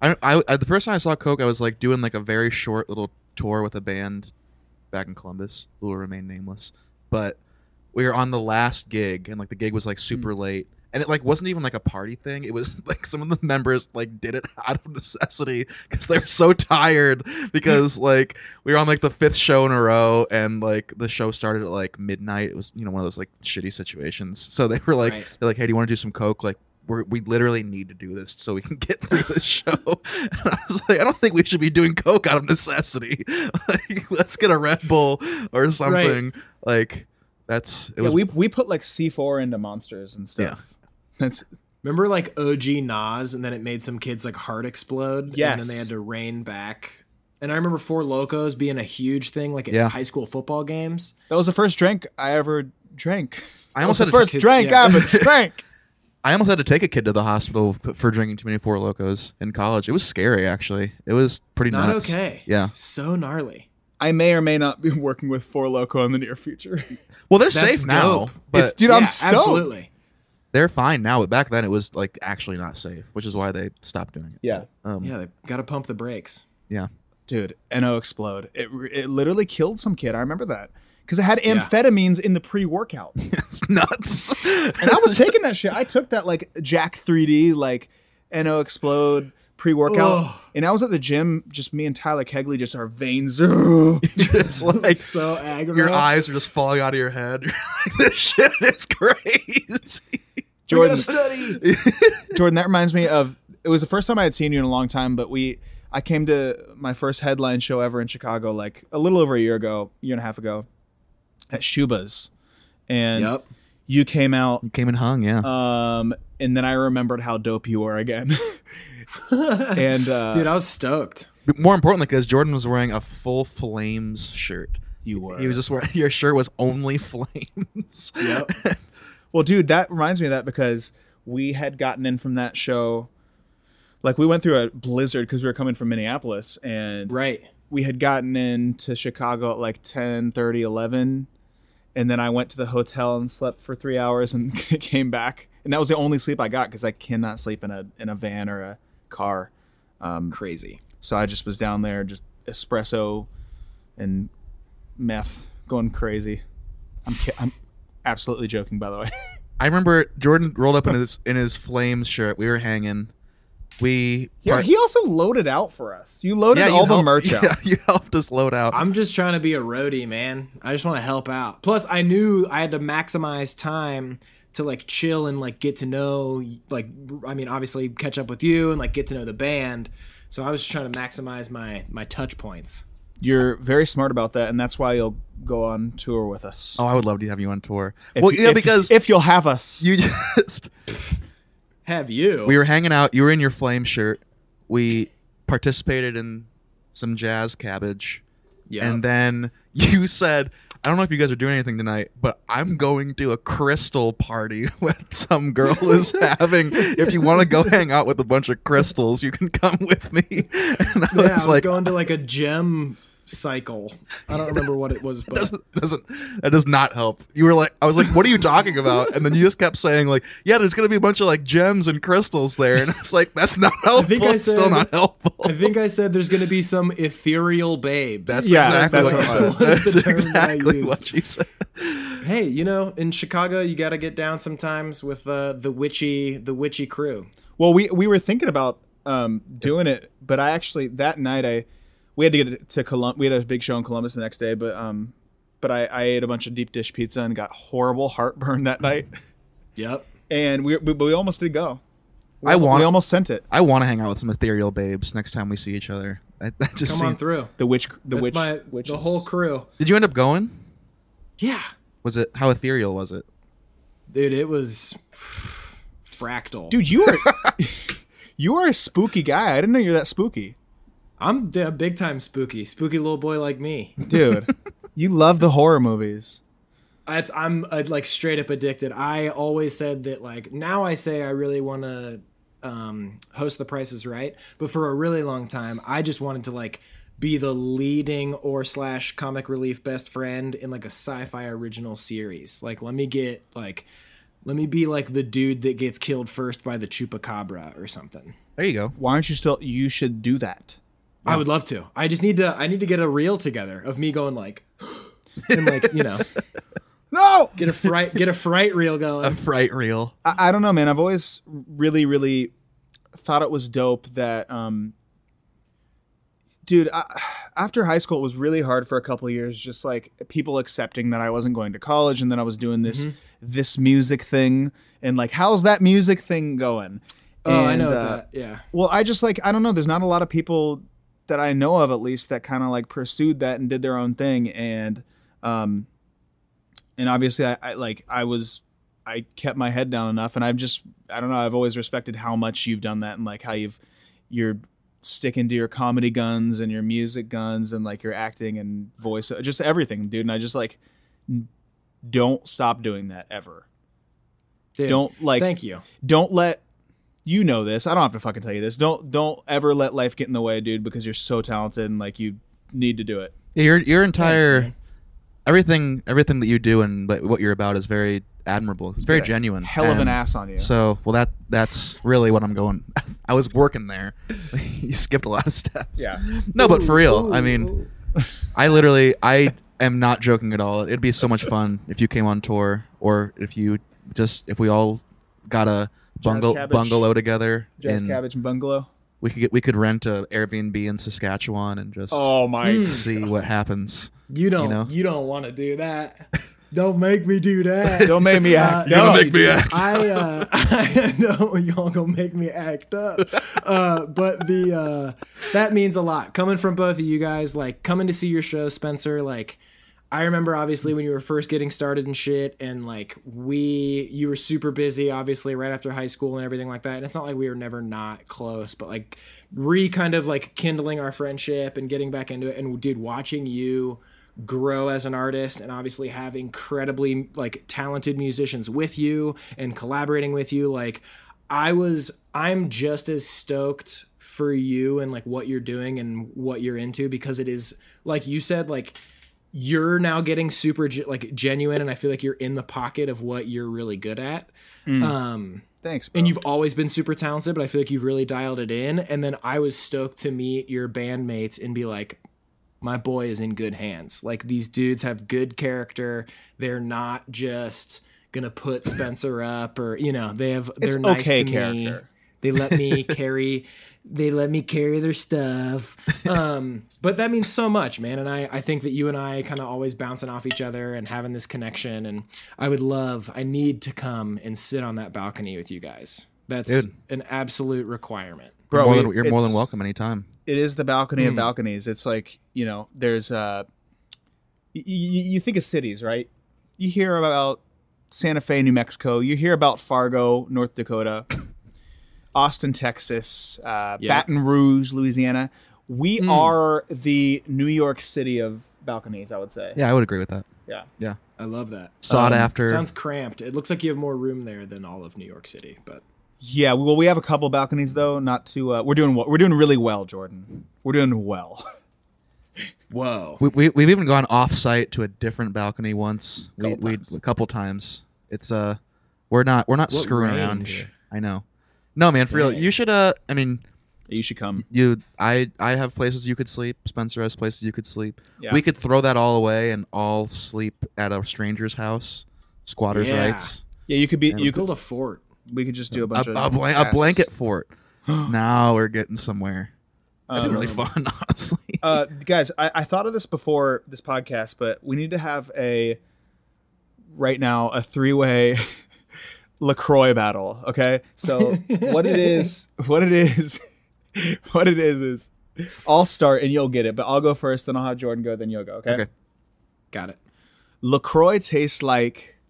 I, I, I the first time I saw Coke, I was like doing like a very short little tour with a band back in Columbus, who will remain nameless. But we were on the last gig, and like the gig was like super late, and it like wasn't even like a party thing. It was like some of the members like did it out of necessity because they were so tired because like we were on like the fifth show in a row, and like the show started at like midnight. It was you know one of those like shitty situations. So they were like Right. they're like, hey, do you want to do some coke? Like we're, we literally need to do this so we can get through this show. And I was like, I don't think we should be doing coke out of necessity. like, let's get a Red Bull or something. Like, that's it Yeah, was we we put like C4 into monsters and stuff. That's Remember like OG Nas, and then it made some kids like heart explode. And Yes. then they had to rein back. And I remember Four Locos being a huge thing, like at Yeah. high school football games. that was the first drink I ever drank. I almost That was had a the first kid- drrank yeah. I ever drank. I almost had to take a kid to the hospital f- for drinking too many Four Locos in college. It was scary actually. It was pretty Not nuts. okay. Yeah. So gnarly. I may or may not be working with Four Loco in the near future. Well, they're That's safe now, dope. but It's- dude, I'm stoked. Absolutely. they're fine now. But back then, it was like actually not safe, which is why they stopped doing it. Yeah, Um, Yeah, they gotta pump the brakes. yeah. dude, NO explode. It re- it literally killed some kid. I remember that because it had amphetamines in the pre-workout. It's nuts. and I was taking that shit. I took that like Jack 3D like NO Explode pre workout, Ugh. and I was at the gym. Just me and Tyler Kegley, just our veins. ugh. It's like So aggro. uh, Your eyes are just falling out of your head. You're like, this shit is crazy. Jordan, study. Jordan, that reminds me of. It was the first time I had seen you in a long time, but we. I came to my first headline show ever in Chicago, like a little over a year ago, year and a half ago, at Shuba's, and Yep. you came out. Came and hung, yeah. Um, and then I remembered how dope you were again. and uh, Dude, I was stoked. But More importantly, because Jordan was wearing a full flames shirt. you were. He was just wearing your shirt was only flames. Yep. Well, dude, that reminds me of that because we had gotten in from that show. Like we went through a blizzard because we were coming from Minneapolis, and Right. we had gotten in to Chicago at like 10, 11. and then I went to the hotel and slept for three hours and came back, and that was the only sleep I got because I cannot sleep in a in a van or a car. Crazy. So I just was down there, just espresso and meth, going crazy. I'm ki- I'm absolutely joking, by the way. I remember Jordan rolled up in his in his flames shirt. We were hanging. We Yeah, part- he also loaded out for us. You loaded you all the helped- merch out. Yeah, you helped us load out. I'm just trying to be a roadie, man. I just want to help out. Plus, I knew I had to maximize time to like chill and like get to know like I mean, obviously catch up with you and like get to know the band. So I was just trying to maximize my my touch points. You're very smart about that, and that's why you'll go on tour with us. oh, I would love to have you on tour. If well, you- yeah, if- because if you'll have us, you just Have you? we were hanging out. You were in your flame shirt. We participated in some jazz cabbage, yeah. and then you said, "I don't know if you guys are doing anything tonight, but I'm going to a crystal party that some girl is having. If you want to go hang out with a bunch of crystals, you can come with me." And I yeah, I was was like, going to like a gem cycle. I don't remember what it was, but doesn't doesn't that does not help. You were like, I was like, what are you talking about? And then you just kept saying like, yeah, there's gonna be a bunch of like gems and crystals there, and I was like, that's not helpful. think I it's still said- not helpful. I think I said there's going to be some ethereal babes. That's Yeah, that's exactly what you what it said. was. That's That's the term that I exactly used. what she said. hey, you know, in Chicago, you got to get down sometimes with uh, the witchy, the witchy crew. well, we we were thinking about um, doing it, but I actually that night I we had to get to Colum- we had a big show in Columbus the next day, but um, but I, I ate a bunch of deep dish pizza and got horrible heartburn that night. Yep. And we we, we almost did go. I want. We almost sent it. I want to hang out with some ethereal babes next time we see each other. I, that just Come on seemed- through. The witch. The That's witch. my witches. the whole crew. Did you end up going? Yeah, Was it how ethereal was it? dude, it was fractal. dude, you are you are a spooky guy. I didn't know you're that spooky, I'm d- big time spooky, spooky little boy like me. dude. you love the horror movies. That's I'm uh, like straight up addicted. I always said that like now I say I really want to um, host The Price is Right, but for a really long time I just wanted to like be the leading or slash comic relief best friend in like a sci-fi original series. Like let me get like let me be like the dude that gets killed first by the chupacabra or something. There you go. Why aren't you still? You should do that. I would love to. I just need to. I need to get a reel together of me going like, and like you know, No, get a fright, get a fright reel going. Fright reel. I, I don't know, man. I've always really, really thought it was dope that, um, dude. I, after high school, it was really hard for a couple of years, just like people accepting that I wasn't going to college and that I was doing this Mm-hmm. this music thing and like, how's that music thing going? Oh, I know And, uh, that. Yeah. Well, I just like I don't know. There's not a lot of people that I know of, at least, that kind of like pursued that and did their own thing. And um, and obviously, I, I like I was I kept my head down enough, and I've just I don't know. I've always respected how much you've done that and like how you've you're sticking to your comedy guns and your music guns and like your acting and voice, just everything, dude. And I just like n- don't stop doing that ever. Dude, Don't like Thank you. don't let you know this. I don't have to fucking tell you this. Don't don't ever let life get in the way, dude, because you're so talented and like you need to do it. Yeah, your your entire everything everything that you do and what what you're about is very admirable. It's very genuine. Hell of an And ass on you. So well that that's really what I'm going. I was working there. you skipped a lot of steps. Yeah. No, but for real. I mean, I literally I am not joking at all. It'd be so much fun if you came on tour or if you just if we all got a bungle, cabbage. bungalow together Jazz and cabbage and bungalow. we could get, we could rent a Airbnb in Saskatchewan and just Oh, Oh my see what happens. You don't. You, know? don't want to do that. Don't make me do that. Don't make me act. Don't up. make me act. I uh, I know y'all gonna make me act up, uh, but the uh, that means a lot coming from both of you guys. Like coming to see your show, Spencer. Like I remember obviously when you were first getting started and shit, and like we you were super busy obviously right after high school and everything like that. And it's not like we were never not close, but like re kind of like kindling our friendship and getting back into it. And dude, watching you grow as an artist and obviously have incredibly like talented musicians with you and collaborating with you like i was i'm just as stoked for you and like what you're doing and what you're into because it is like you said like you're now getting super ge- like genuine and i feel like you're in the pocket of what you're really good at um Thanks. Bro. and you've always been super talented, but I feel like you've really dialed it in. And then I was stoked to meet your bandmates and be like, my boy is in good hands. Like these dudes have good character. They're not just gonna put Spencer up or you know they have they're nice okay to me. character. They let me carry they let me carry their stuff. Um but that means so much, man. And I I think that you and I kind of always bouncing off each other and having this connection and I would love I need to come and sit on that balcony with you guys. That's Dude. an absolute requirement. Bro, more we- than, you're more than it's- welcome anytime. It is the balcony of balconies. It's like you know, there's uh, y- y- you think of cities, right? You hear about Santa Fe, New Mexico. You hear about Fargo, North Dakota, Austin, Texas, uh, Baton Rouge, Louisiana. We are the New York City of balconies, I would say. Yeah, I would agree with that. Yeah. Yeah, I love that. Um, sought after. Sounds cramped. It looks like you have more room there than all of New York City, but Yeah, well, we have a couple balconies though. Not too. Uh, we're doing well. We're doing really well, Jordan. We're doing well. whoa. we, we we've even gone off site to a different balcony once. we Couple we times. a couple times. It's uh, we're not we're not What screwing around range? here. I know. No man, for real. You should uh, I mean, you should come. you I I have places you could sleep. Spencer has places you could sleep. Yeah. We could throw that all away and all sleep at a stranger's house. Squatters' Yeah. rights. Yeah, you could be. You You could. build a fort. We could just do a A, bunch of a, blan- a casts. Um, blanket fort. now we're getting somewhere. That'd be really fun, honestly. uh, guys, I, I thought of this before this podcast, but we need to have a right now a three way Lacroix battle. Okay, so what it is, what it is, what it is is I'll start and you'll get it, but I'll go first, then I'll have Jordan go, then you'll go. Okay. Okay. Got it. Lacroix tastes like.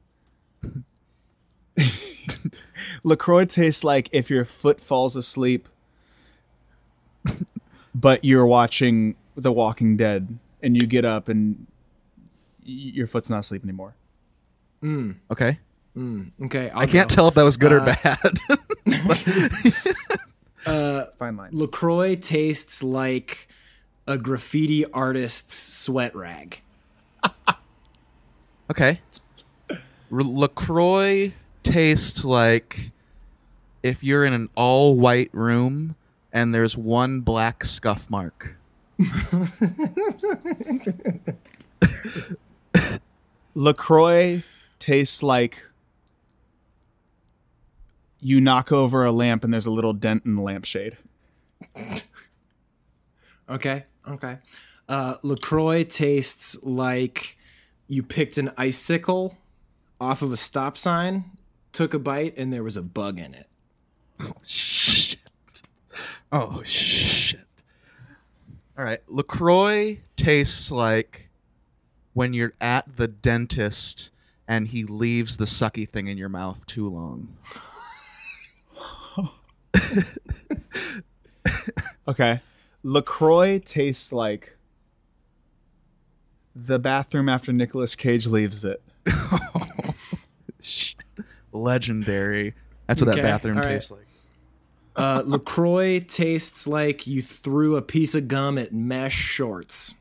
Lacroix tastes like if your foot falls asleep, but you're watching The Walking Dead, and you get up and y- your foot's not asleep anymore. Okay. Okay, I'll I can't tell if that was good Uh, or bad. Fine line. Lacroix tastes like a graffiti artist's sweat rag. okay. R- LaCroix tastes like if you're in an all white room and there's one black scuff mark. Lacroix tastes like you knock over a lamp and there's a little dent in the lampshade. Okay, okay. Uh, Lacroix tastes like you picked an icicle off of a stop sign, took a bite, and there was a bug in it. Shit. Oh shit. All right, LaCroix tastes like when you're at the dentist and he leaves the sucky thing in your mouth too long. Okay. LaCroix tastes like the bathroom after Nicolas Cage leaves it. Shit. Legendary. That's what Okay, that bathroom all right. tastes like. Uh, LaCroix tastes like you threw a piece of gum at mesh shorts.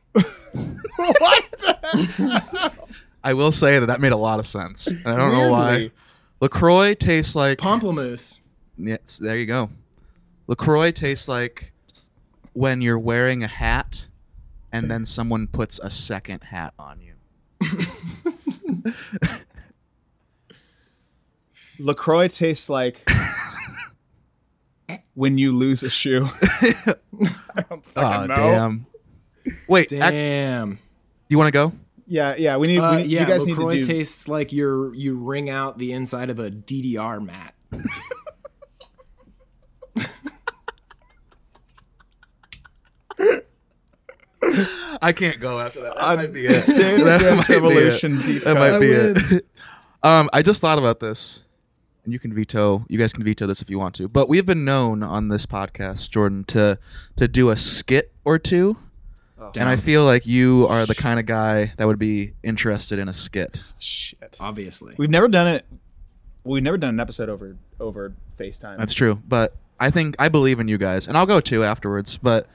I will say that that made a lot of sense. And I don't know why. Weirdly. LaCroix tastes like Pomplamoose. Yes, there you go. LaCroix tastes like when you're wearing a hat and then someone puts a second hat on you. LaCroix tastes like when you lose a shoe. Oh, damn. Wait, ac- Damn. you want to go? yeah, yeah. We need, Uh, we need yeah, you guys LaCroix need to do tastes like you you wring out the inside of a DDR mat. I can't go after that. That might be it. that Dance might be it. Revolution deep That cut. might be it. um, I just thought about this, and you can veto. You guys can veto this if you want to. But we've been known on this podcast, Jordan, to to do a skit or two. and I feel like you are the kind of guy that would be interested in a skit. Shit. Obviously. We've never done it. We've never done an episode over over FaceTime. That's true. But I think I believe in you guys, and I'll go too afterwards. But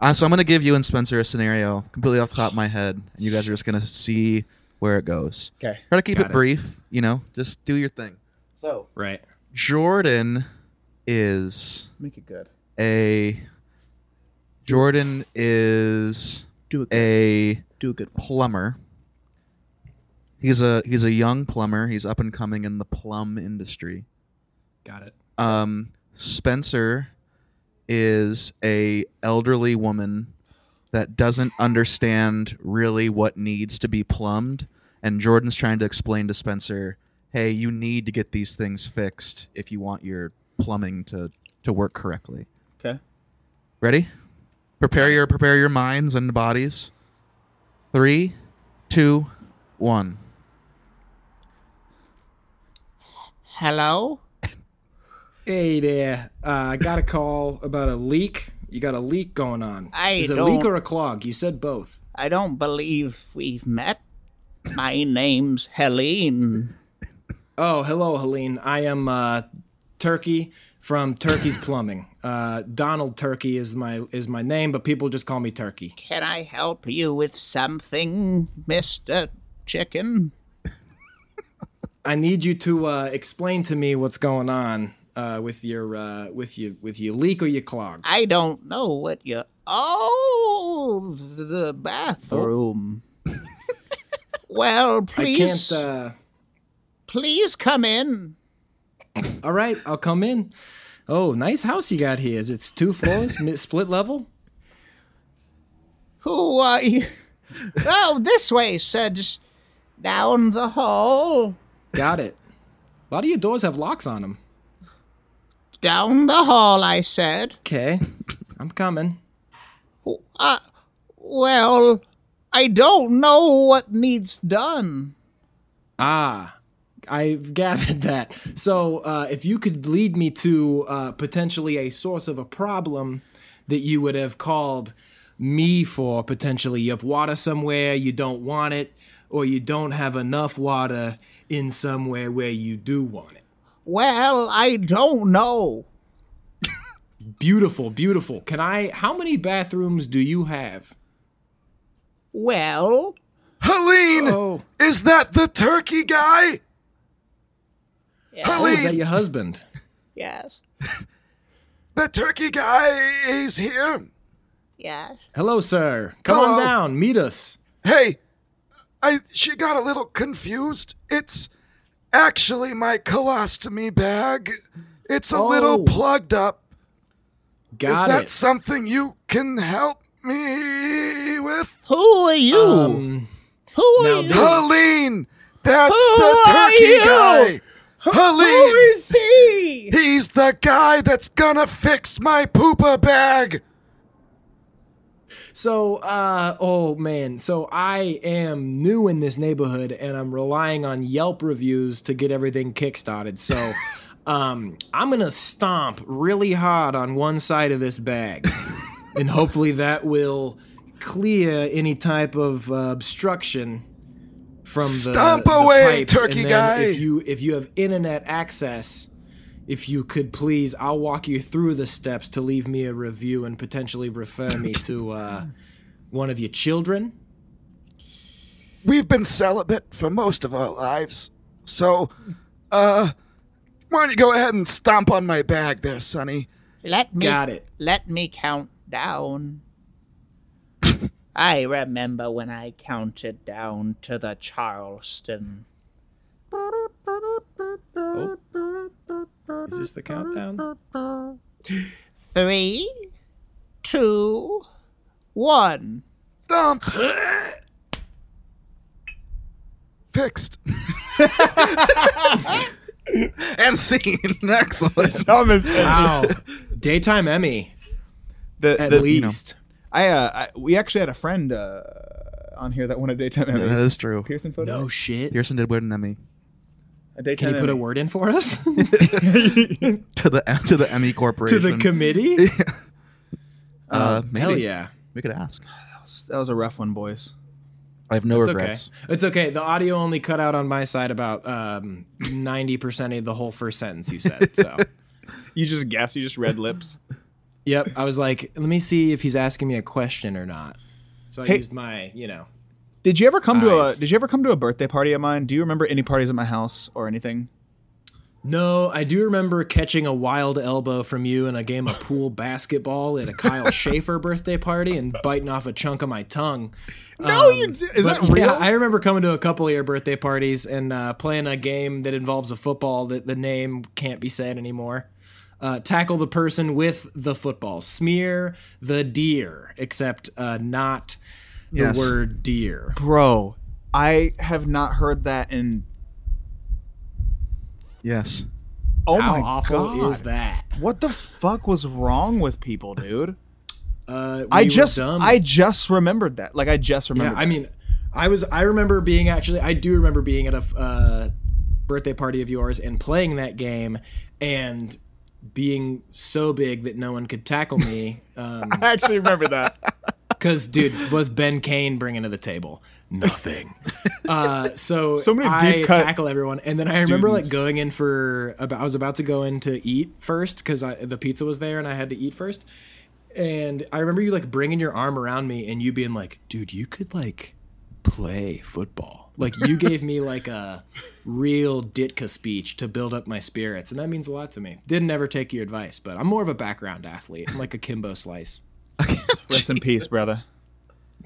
uh, so I'm going to give you and Spencer a scenario completely off the top of my head, and you guys are just going to see where it goes. 'Kay. Try to keep Got it it. brief. You know, just do your thing. So Right. Jordan is Make it good. a Jordan is a Do a good one. plumber. He's a he's a young plumber. He's up and coming in the plum industry. Got it. Um, Spencer is a elderly woman that doesn't understand really what needs to be plumbed, and Jordan's trying to explain to Spencer, "Hey, you need to get these things fixed if you want your plumbing to to work correctly." Okay. Ready? Prepare your prepare your minds and bodies. Three, two, one. Hello? Hey there. Uh, I got a call about a leak. You got a leak going on. I Is it a don't- leak or a clog? You said both. I don't believe we've met. My name's Helene. Oh, hello, Helene. I am uh, Turkey from Turkey's Plumbing. Uh, Donald Turkey is my is my name, but people just call me Turkey. Can I help you with something, Mr. Chicken? I need you to uh, explain to me what's going on uh, with your uh, with you with your leak or your clog. I don't know what you. Oh, the bathroom. well, I can't. please, Uh, please come in. all right, I'll come in. Oh, nice house you got here. Is it two floors, mi- split level? Who are you? oh, this way, sir. Just down the hall. Got it. A lot of your doors have locks on them. Down the hall, I said. Okay, I'm coming. Uh, well, I don't know what needs done. Ah, I've gathered that. So, uh, if you could lead me to uh, potentially a source of a problem that you would have called me for, potentially, you have water somewhere, you don't want it, or you don't have enough water in somewhere where you do want it. Well, I don't know. Beautiful, beautiful. Can I, how many bathrooms do you have? Well, Helene, Oh, is that the turkey guy? oh is that Helene, your husband? yes, the turkey guy is here. yes. Hello, sir. Come on Hello. down, meet us. Hey, I she got a little confused. It's actually my colostomy bag. It's a Oh. little plugged up. Is Got that it. something you can help me with? Who are you? Um, Who are now you? this- Helene, that's Who the are turkey you? guy. Helene, Who is he? he's the guy that's gonna fix my pooper bag. So, uh, oh man, so I am new in this neighborhood and I'm relying on Yelp reviews to get everything kickstarted. So, um, I'm gonna stomp really hard on one side of this bag, and hopefully that will clear any type of uh, obstruction from the Stomp the away, pipes. And turkey then guy. If you if you have internet access. If you could please, I'll walk you through the steps to leave me a review and potentially refer me to uh, one of your children. We've been celibate for most of our lives. So, uh, why don't you go ahead and stomp on my bag there, Sonny? Let me Got it. Let me count down. I remember when I counted down to the Charleston. Is this the countdown? Three, two, one. Stomp! Fixed. and scene. Excellent. Wow. Daytime Emmy, The, at the- you know, least. I, uh, I we actually had a friend uh, on here that won a daytime Emmy. That is true. Pearson photo. No shit. Pearson did win an Emmy a daytime Can you put Emmy. a word in for us? to the to the Emmy to Corporation. the committee? Oh, uh, maybe. Hell yeah. We could ask. That was a rough one, boys. I have no It's okay. regrets. It's okay. The audio only cut out on my side about um, 90% of the whole first sentence you said. So. You just guess. You just red lips. Yep. I was like, let me see if he's asking me a question or not. So I Hey- used my, you know. Did you ever come Nice. to a Did you ever come to a birthday party of mine? Do you remember any parties at my house or anything? No, I do remember catching a wild elbow from you in a game of pool basketball at a Kyle Schaefer birthday party and biting off a chunk of my tongue. Um, No, you did- is but that real? Yeah, I remember coming to a couple of your birthday parties and uh, playing a game that involves a football that the name can't be said anymore. Uh, tackle the person with the football. Smear the deer, except uh, not the Yes. word deer. Bro, I have not heard that in. Yes. Oh How my awful god! is that? What the fuck was wrong with people, dude? Uh, I we were just dumb. I just remembered that. Like I just Yeah, remembered. I mean, I was. I remember being actually. I do remember being at a uh, birthday party of yours and playing that game, and being so big that no one could tackle me. um, I actually remember that. Because dude, was Ben Kane bringing to the table? Nothing. Uh, so So many I deep cut tackle everyone, and then I remember like students. going in for. about- I was about to go in to eat first because the pizza was there, and I had to eat first. And I remember you like bringing your arm around me, and you being like, "Dude, you could like play football." Like you gave me like a real Ditka speech to build up my spirits, and that means a lot to me. Didn't ever take your advice, but I'm more of a background athlete. I'm like a Kimbo Slice Rest in peace, brother.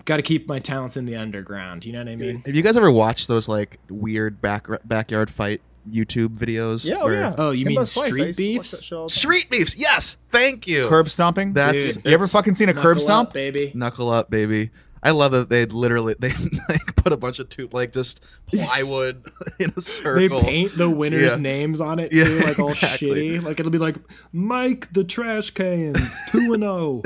got to keep my talents in the underground. You know what I mean? Have you guys ever watched those like weird back- backyard fight YouTube videos. Yeah, oh, where- yeah. Oh, you Him mean by Slice, I used street to watch beefs? that show all the time. Street beefs. Yes, thank you. Curb stomping. That's Dude, you ever it's- fucking seen a Knuckle curb up, stomp? baby. knuckle up, baby. I love that they literally they like put a bunch of tube like just plywood in a They circle. paint the winners' Yeah. names on it Yeah, too, like all exactly. shitty. Like it'll be like Mike the trash can, two and oh.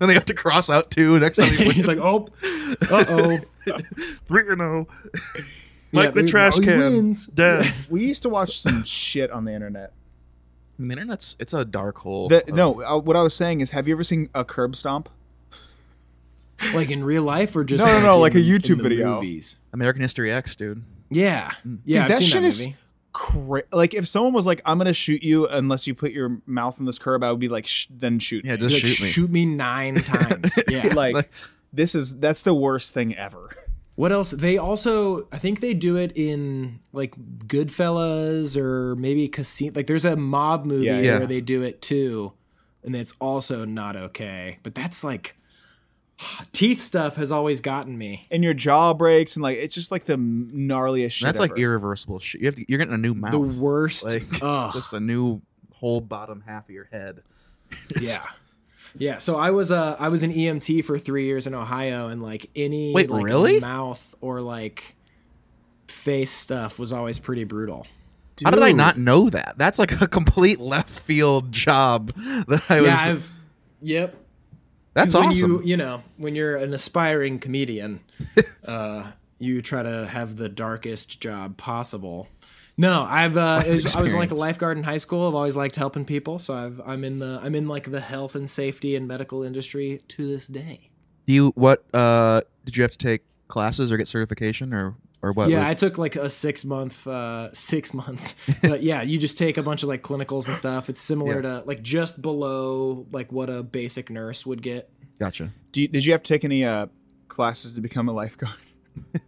Then they have to cross out two next time. he He's like, wins. oh, uh oh. three and oh. Mike the trash can. Dead. We used to watch some shit on the internet. The internet's it's a dark hole. The, no, uh, what I was saying is, have you ever seen a curb stomp? Like in real life or just No, no, no, like a in- in YouTube the video. Mm. Movies? American History X, dude. Yeah, yeah. Dude, I've that seen shit that is movie. cra- like if someone was like, "I'm gonna shoot you unless you put your mouth in this curb," I would be like, Sh- "Then shoot." Yeah, me." just Like, shoot me. nine times. Yeah. like, like- this is that's the worst thing ever. What else? They also, I think they do it in like Goodfellas or maybe Casino. Like, there's a mob movie Yeah, yeah. where they do it too, and it's also not okay. But that's like teeth stuff has always gotten me. And your jaw breaks, and like it's just like the gnarliest shit. That's like ever. irreversible shit. You have to, you're getting a new mouth. The worst. oh, Like Ugh. just a new whole bottom half of your head. yeah yeah so i was uh i was an emt for three years in ohio and like any Wait, like, really? mouth or like face stuff was always pretty brutal How did I not know that? That's like a complete left field job that I was. yeah i've yep that's when awesome. you you know when you're an aspiring comedian uh you try to have the darkest job possible no i've uh it was- i was like experience. a lifeguard in high school i've always liked helping people so i've i'm in the i'm in like the health and safety and medical industry to this day Do you what? Uh, did you have to take classes or get certification or or what? yeah was- i took like a six month uh six months but yeah you just take a bunch of like clinicals and stuff it's similar to like just below like what a basic nurse would get gotcha. Do you, did you have to take any uh, classes to become a lifeguard?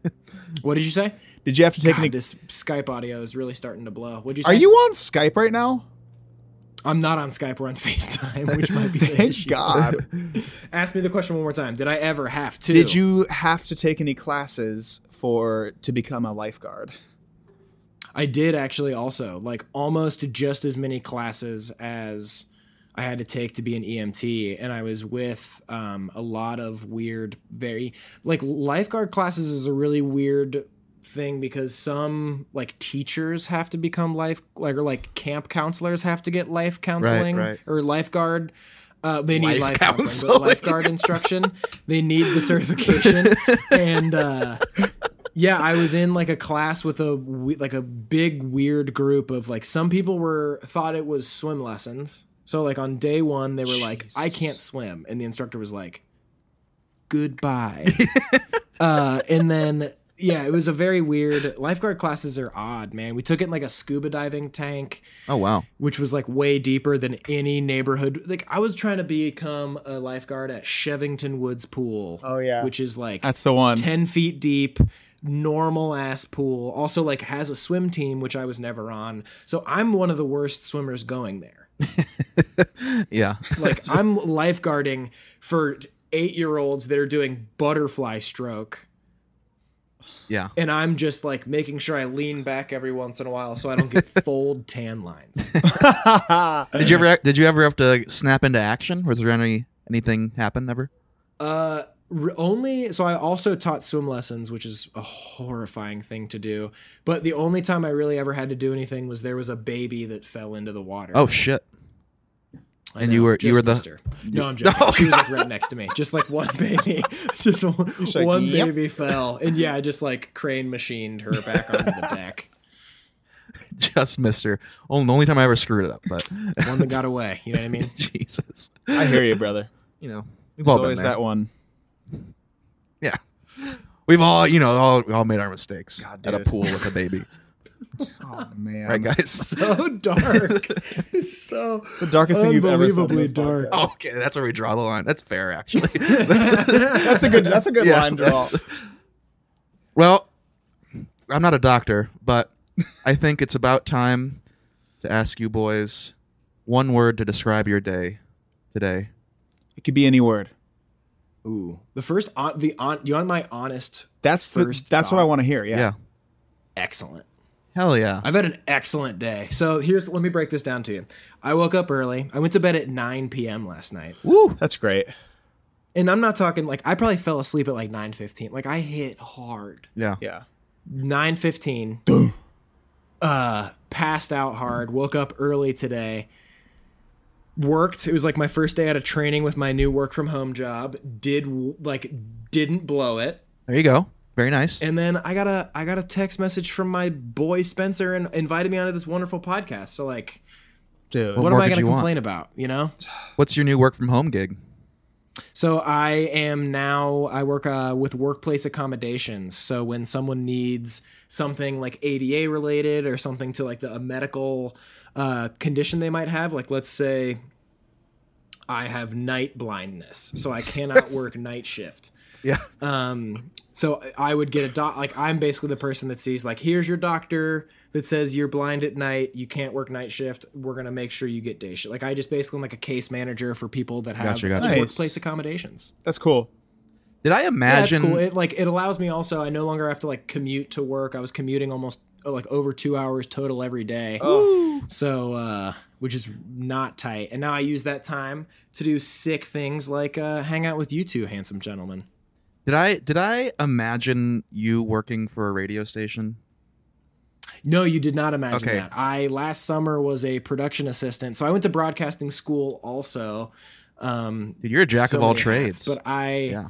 what did you say Did you have to take any? God, this skype audio is really starting to blow what'd you say Are you on Skype right now? i'm not on skype we're on facetime which might be an Thank issue. God. ask me the question one more time did i ever have to Did you have to take any classes for to become a lifeguard? I did actually also like almost just as many classes as I had to take to be an EMT, and I was with um, a lot of weird, very like lifeguard classes is a really weird thing because some like teachers have to become life like or like camp counselors have to get life counseling right. or lifeguard. Uh, they Life need life, counseling, counseling. but lifeguard instruction. they need the certification, and uh, yeah, I was in like a class with a we- like a big weird group of like some people were thought it was swim lessons. So like on day 1 they were like I can't swim and the instructor was like goodbye. uh and then yeah, it was a very weird lifeguard classes are odd, man. We took it in like a scuba diving tank Oh wow. which was like way deeper than any neighborhood. Like I was trying to become a lifeguard at Shevington Woods Pool. Oh yeah. which is like That's the one. ten feet deep, normal ass pool. Also like has a swim team, which I was never on. So I'm one of the worst swimmers going there. Yeah. Like I'm lifeguarding for eight year olds that are doing butterfly stroke. Yeah. And I'm just like making sure I lean back every once in a while so I don't get fold tan lines. Did you ever did you ever have to snap into action? Was there any anything happen ever? Uh, r- only so I also taught swim lessons, which is a horrifying thing to do. But the only time I really ever had to do anything was there was a baby that fell into the water. Oh shit. I and you were- you just were the- Oh, missed her. no, I'm joking. she was like right next to me, just like one baby, just one, like, one "Yep." baby fell, and yeah, I just like crane machined her back onto the deck. Just Mister. Oh, the only time I ever screwed it up, but One that got away. You know what I mean? Jesus. I hear you, brother. You know, we've There's all been always there. that one. Yeah. We've all, you know, all, we all made our mistakes at a pool with a baby, Oh man, right, guys? So dark. so the darkest thing you've ever said. in unbelievably this podcast. dark. Oh, okay, that's where we draw the line. That's fair, actually. That's a good. That's a good Yeah, line draw. Well, I'm not a doctor, but I think it's about time to ask you boys one word to describe your day today. It could be any word. Ooh, the first on the on. You want my honest? That's the. First that's what I thought. want to hear. Yeah. Yeah. Excellent. Hell yeah. I've had an excellent day. So here's let me break this down to you. I woke up early. I went to bed at 9 p.m. last night. Woo. That's great. And I'm not talking like I probably fell asleep at like 9:15. Like I hit hard. Yeah. Yeah. 9:15. uh passed out hard. Woke up early today. Worked. It was like my first day out of training with my new work from home job. Did w- like didn't blow it. There you go. Very nice. And then I got a I got a text message from my boy Spencer and invited me onto this wonderful podcast. So like Dude. what, more am I could going you to want? complain about? You know. What's your new work from home gig? So I am now I work uh, with workplace accommodations. So when someone needs something like ADA related or something to like the, a medical uh, condition they might have, like let's say I have night blindness, so I cannot work night shift. Yeah. Um, so I would get a doc. Like I'm basically the person that sees like here's your doctor that says you're blind at night, you can't work night shift. We're gonna make sure you get day shift. Like I just basically am like a case manager for people that have Gotcha, gotcha. Nice. workplace accommodations. That's cool. Did I Yeah, that's imagine? cool. It like it allows me also. I no longer have to like commute to work. I was commuting almost uh, like over two hours total every day. So uh, which is not tight. And now I use that time to do sick things like uh, hang out with you two handsome gentlemen. Did I did I imagine you working for a radio station? No, you did not imagine Okay. that. I last summer was a production assistant, so I went to broadcasting school also. Um, Dude, you're a jack so of all many hats, trades. but I. yeah.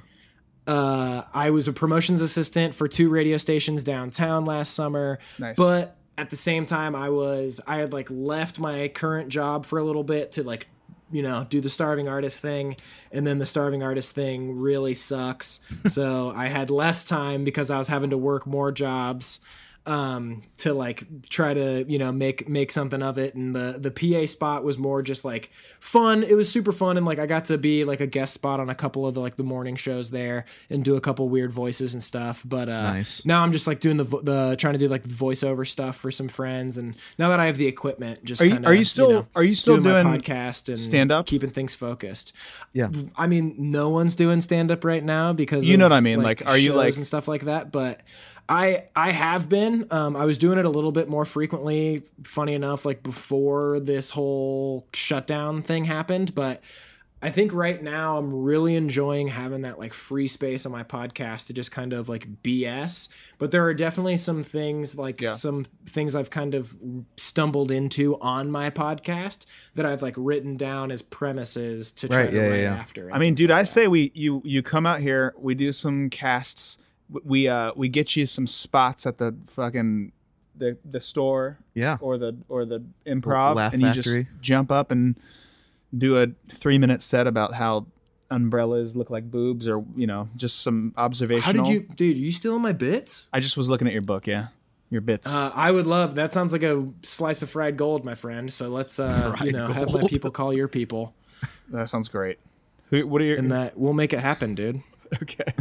uh, I was a promotions assistant for two radio stations downtown last summer. Nice. But at the same time, I was I had like left my current job for a little bit to like you know do the starving artist thing, and then the starving artist thing really sucks. so I had less time because I was having to work more jobs um to like try to you know make make something of it and the the PA spot was more just like fun it was super fun and like I got to be like a guest spot on a couple of the like the morning shows there and do a couple weird voices and stuff but uh Nice. now I'm just like doing the vo- the trying to do like the voiceover stuff for some friends and now that I have the equipment just Are you- kinda, are you still- know, are you still my doing podcast and stand-up? keeping things focused Yeah. I mean, no one's doing stand up right now because You of, know what I mean, like, are you, shows like- and stuff like that? But I I have been. Um, I was doing it a little bit more frequently. Funny enough, like before this whole shutdown thing happened, but. I think right now I'm really enjoying having that like free space on my podcast to just kind of like BS. But there are definitely some things like some things I've kind of stumbled into on my podcast that I've like written down as premises to try Right, to yeah, write yeah, yeah. after. I mean, dude, I say we you you come out here, we do some casts, w- we uh we get you some spots at the fucking the the store Yeah. or the or the improv, Laugh and you Factory. just jump up and do a three minute set about how umbrellas look like boobs, or you know, just some how observational. did you, dude? You stealing my bits? I just was looking at your book, yeah, your bits. Uh, I would love that. Sounds like a slice of fried gold, my friend. So let's, uh, you Fried know, have my gold. people call your people, that sounds great. Who? What are your? and that we'll make it happen, dude. okay,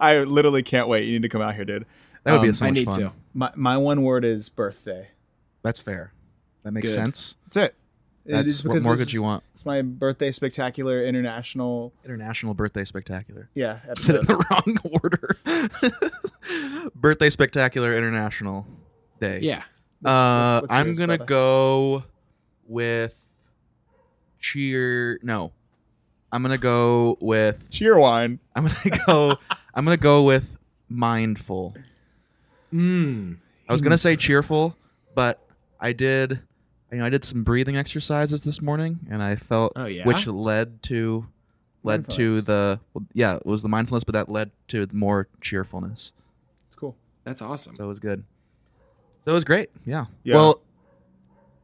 I literally can't wait. You need to come out here, dude. That would be Um, so I much need fun. to. My my one word is birthday. That's fair. That makes Good. sense. That's it. It That's is what because more this could you is- want? It's my birthday spectacular international. International birthday spectacular. Yeah, Said it in episode. the wrong order. birthday spectacular international day. Yeah. Uh, What's- what's I'm yours, gonna brother? go with cheer. No, I'm gonna go with cheer wine. I'm gonna go. I'm gonna go with mindful. Mm. I was gonna say cheerful, but I did. You know, I did some breathing exercises this morning, and I felt Oh, yeah? which led to led to Mindfulness. the well, yeah it was the mindfulness, but that led to more cheerfulness. It's cool. That's awesome. So it was good. So it was great. Yeah. Yeah. Well,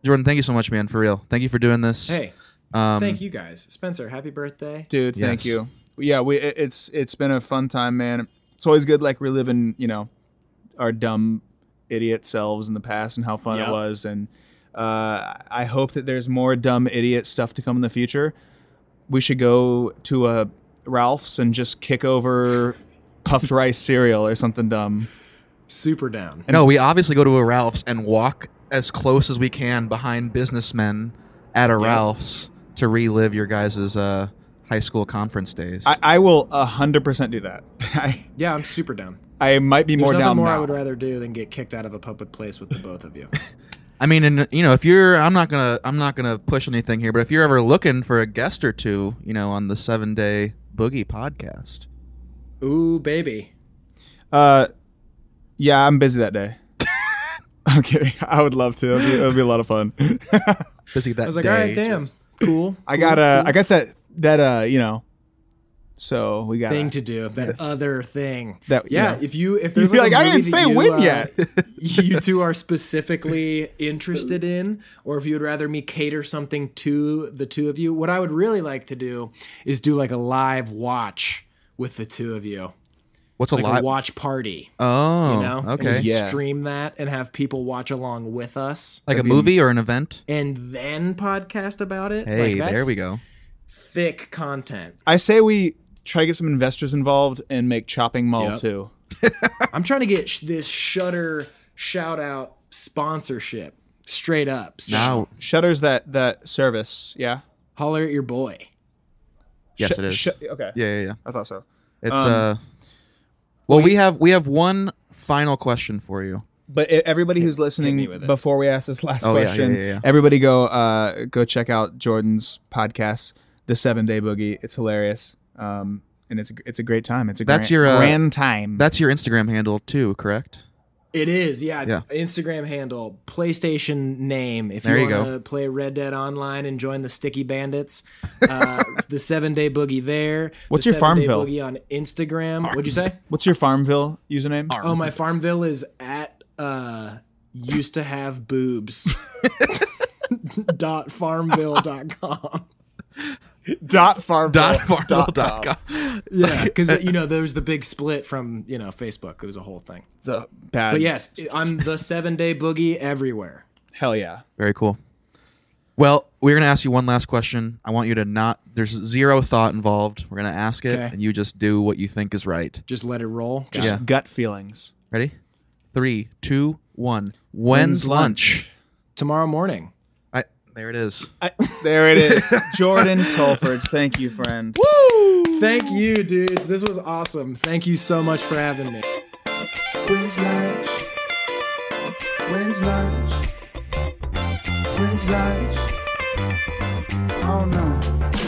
Jordan, thank you so much, man. For real, thank you for doing this. hey, um, thank you guys, Spencer. Happy birthday. dude thank Yes. you yeah we it- it's it's been a fun time man it's always good like reliving you know our dumb idiot selves in the past and how fun Yep. it was and uh, i hope that there's more dumb idiot stuff to come in the future we should go to a ralph's and just kick over puffed rice cereal or something dumb Super down. No, we obviously go to a Ralph's and walk as close as we can behind businessmen at a Ralph's to relive your guys' uh, high school conference days. i, I will 100% do that I, Yeah, I'm super down. I might be There's more nothing down more now. I would rather do than get kicked out of a public place with the both of you. I mean, and you know, if you're, I'm not gonna, I'm not gonna push anything here, but if you're ever looking for a guest or two, you know, on the Seven Day Boogie podcast, Ooh, baby. Uh, yeah, I'm busy that day. I'm kidding. I would love to. It'll be, it'll be a lot of fun. busy that I was like, day. all right, damn, just- cool. I got uh, I got that that uh, you know. So we got thing to do that other thing That- yeah, yeah. if you if You'd there's be like, like, a "I didn't movie that say you, when uh, yet." you two are specifically interested in or if you would rather me cater something to the two of you what i would really like to do is do like a live watch with the two of you What's a like lot? a watch party oh, you know okay. and we Yeah. stream that and have people watch along with us Like a movie or an event? and then podcast about it Hey, like that's there we go. thick content I say we try to get some investors involved and make Chopping Mall Yep. too. I'm trying to get sh- this Shutter shout out sponsorship straight up. So Now, Shutters that that service. Yeah. holler at your boy. yes, Sh- it is. sh- okay. yeah, yeah, yeah. I thought so. It's um, uh, well, we have we have one final question for you. But i everybody who's listening, before we ask this last Oh, yeah, yeah, question, yeah, yeah. everybody go uh, go check out Jordan's podcast, The Seven Day Boogie. It's hilarious, um, and it's a, it's a great time. It's a That's grand, your, uh, grand time. That's your Instagram handle too, correct? It is, yeah, Yeah. Instagram handle, PlayStation name. If There you you go. want to play Red Dead Online and join the Sticky Bandits, uh, the Seven Day Boogie there. What's the your Seven Day Farmville? Boogie on Instagram? What'd you say? What's your Farmville username? Oh, my Farmville is at uh, used to have boobs. dot farmville dot com. Dot Farmville. Dot farmville dot com. Yeah, because you know there was the big split from you know Facebook. It was a whole thing. It's a bad. But yes, I'm the seven day boogie everywhere. hell yeah. Very cool. Well, we're gonna ask you one last question. I want you to not. There's zero thought involved. We're gonna ask it, Okay. and you just do what you think is right. Just let it roll. Just Yeah. Gut feelings. Ready? Three, two, one. When's, When's lunch? tomorrow morning. I, there it is. there it is. Jordan Tolford. Thank you, friend. Thank you, dudes. This was awesome. Thank you so much for having me. When's lunch? When's lunch? When's lunch? I don't know.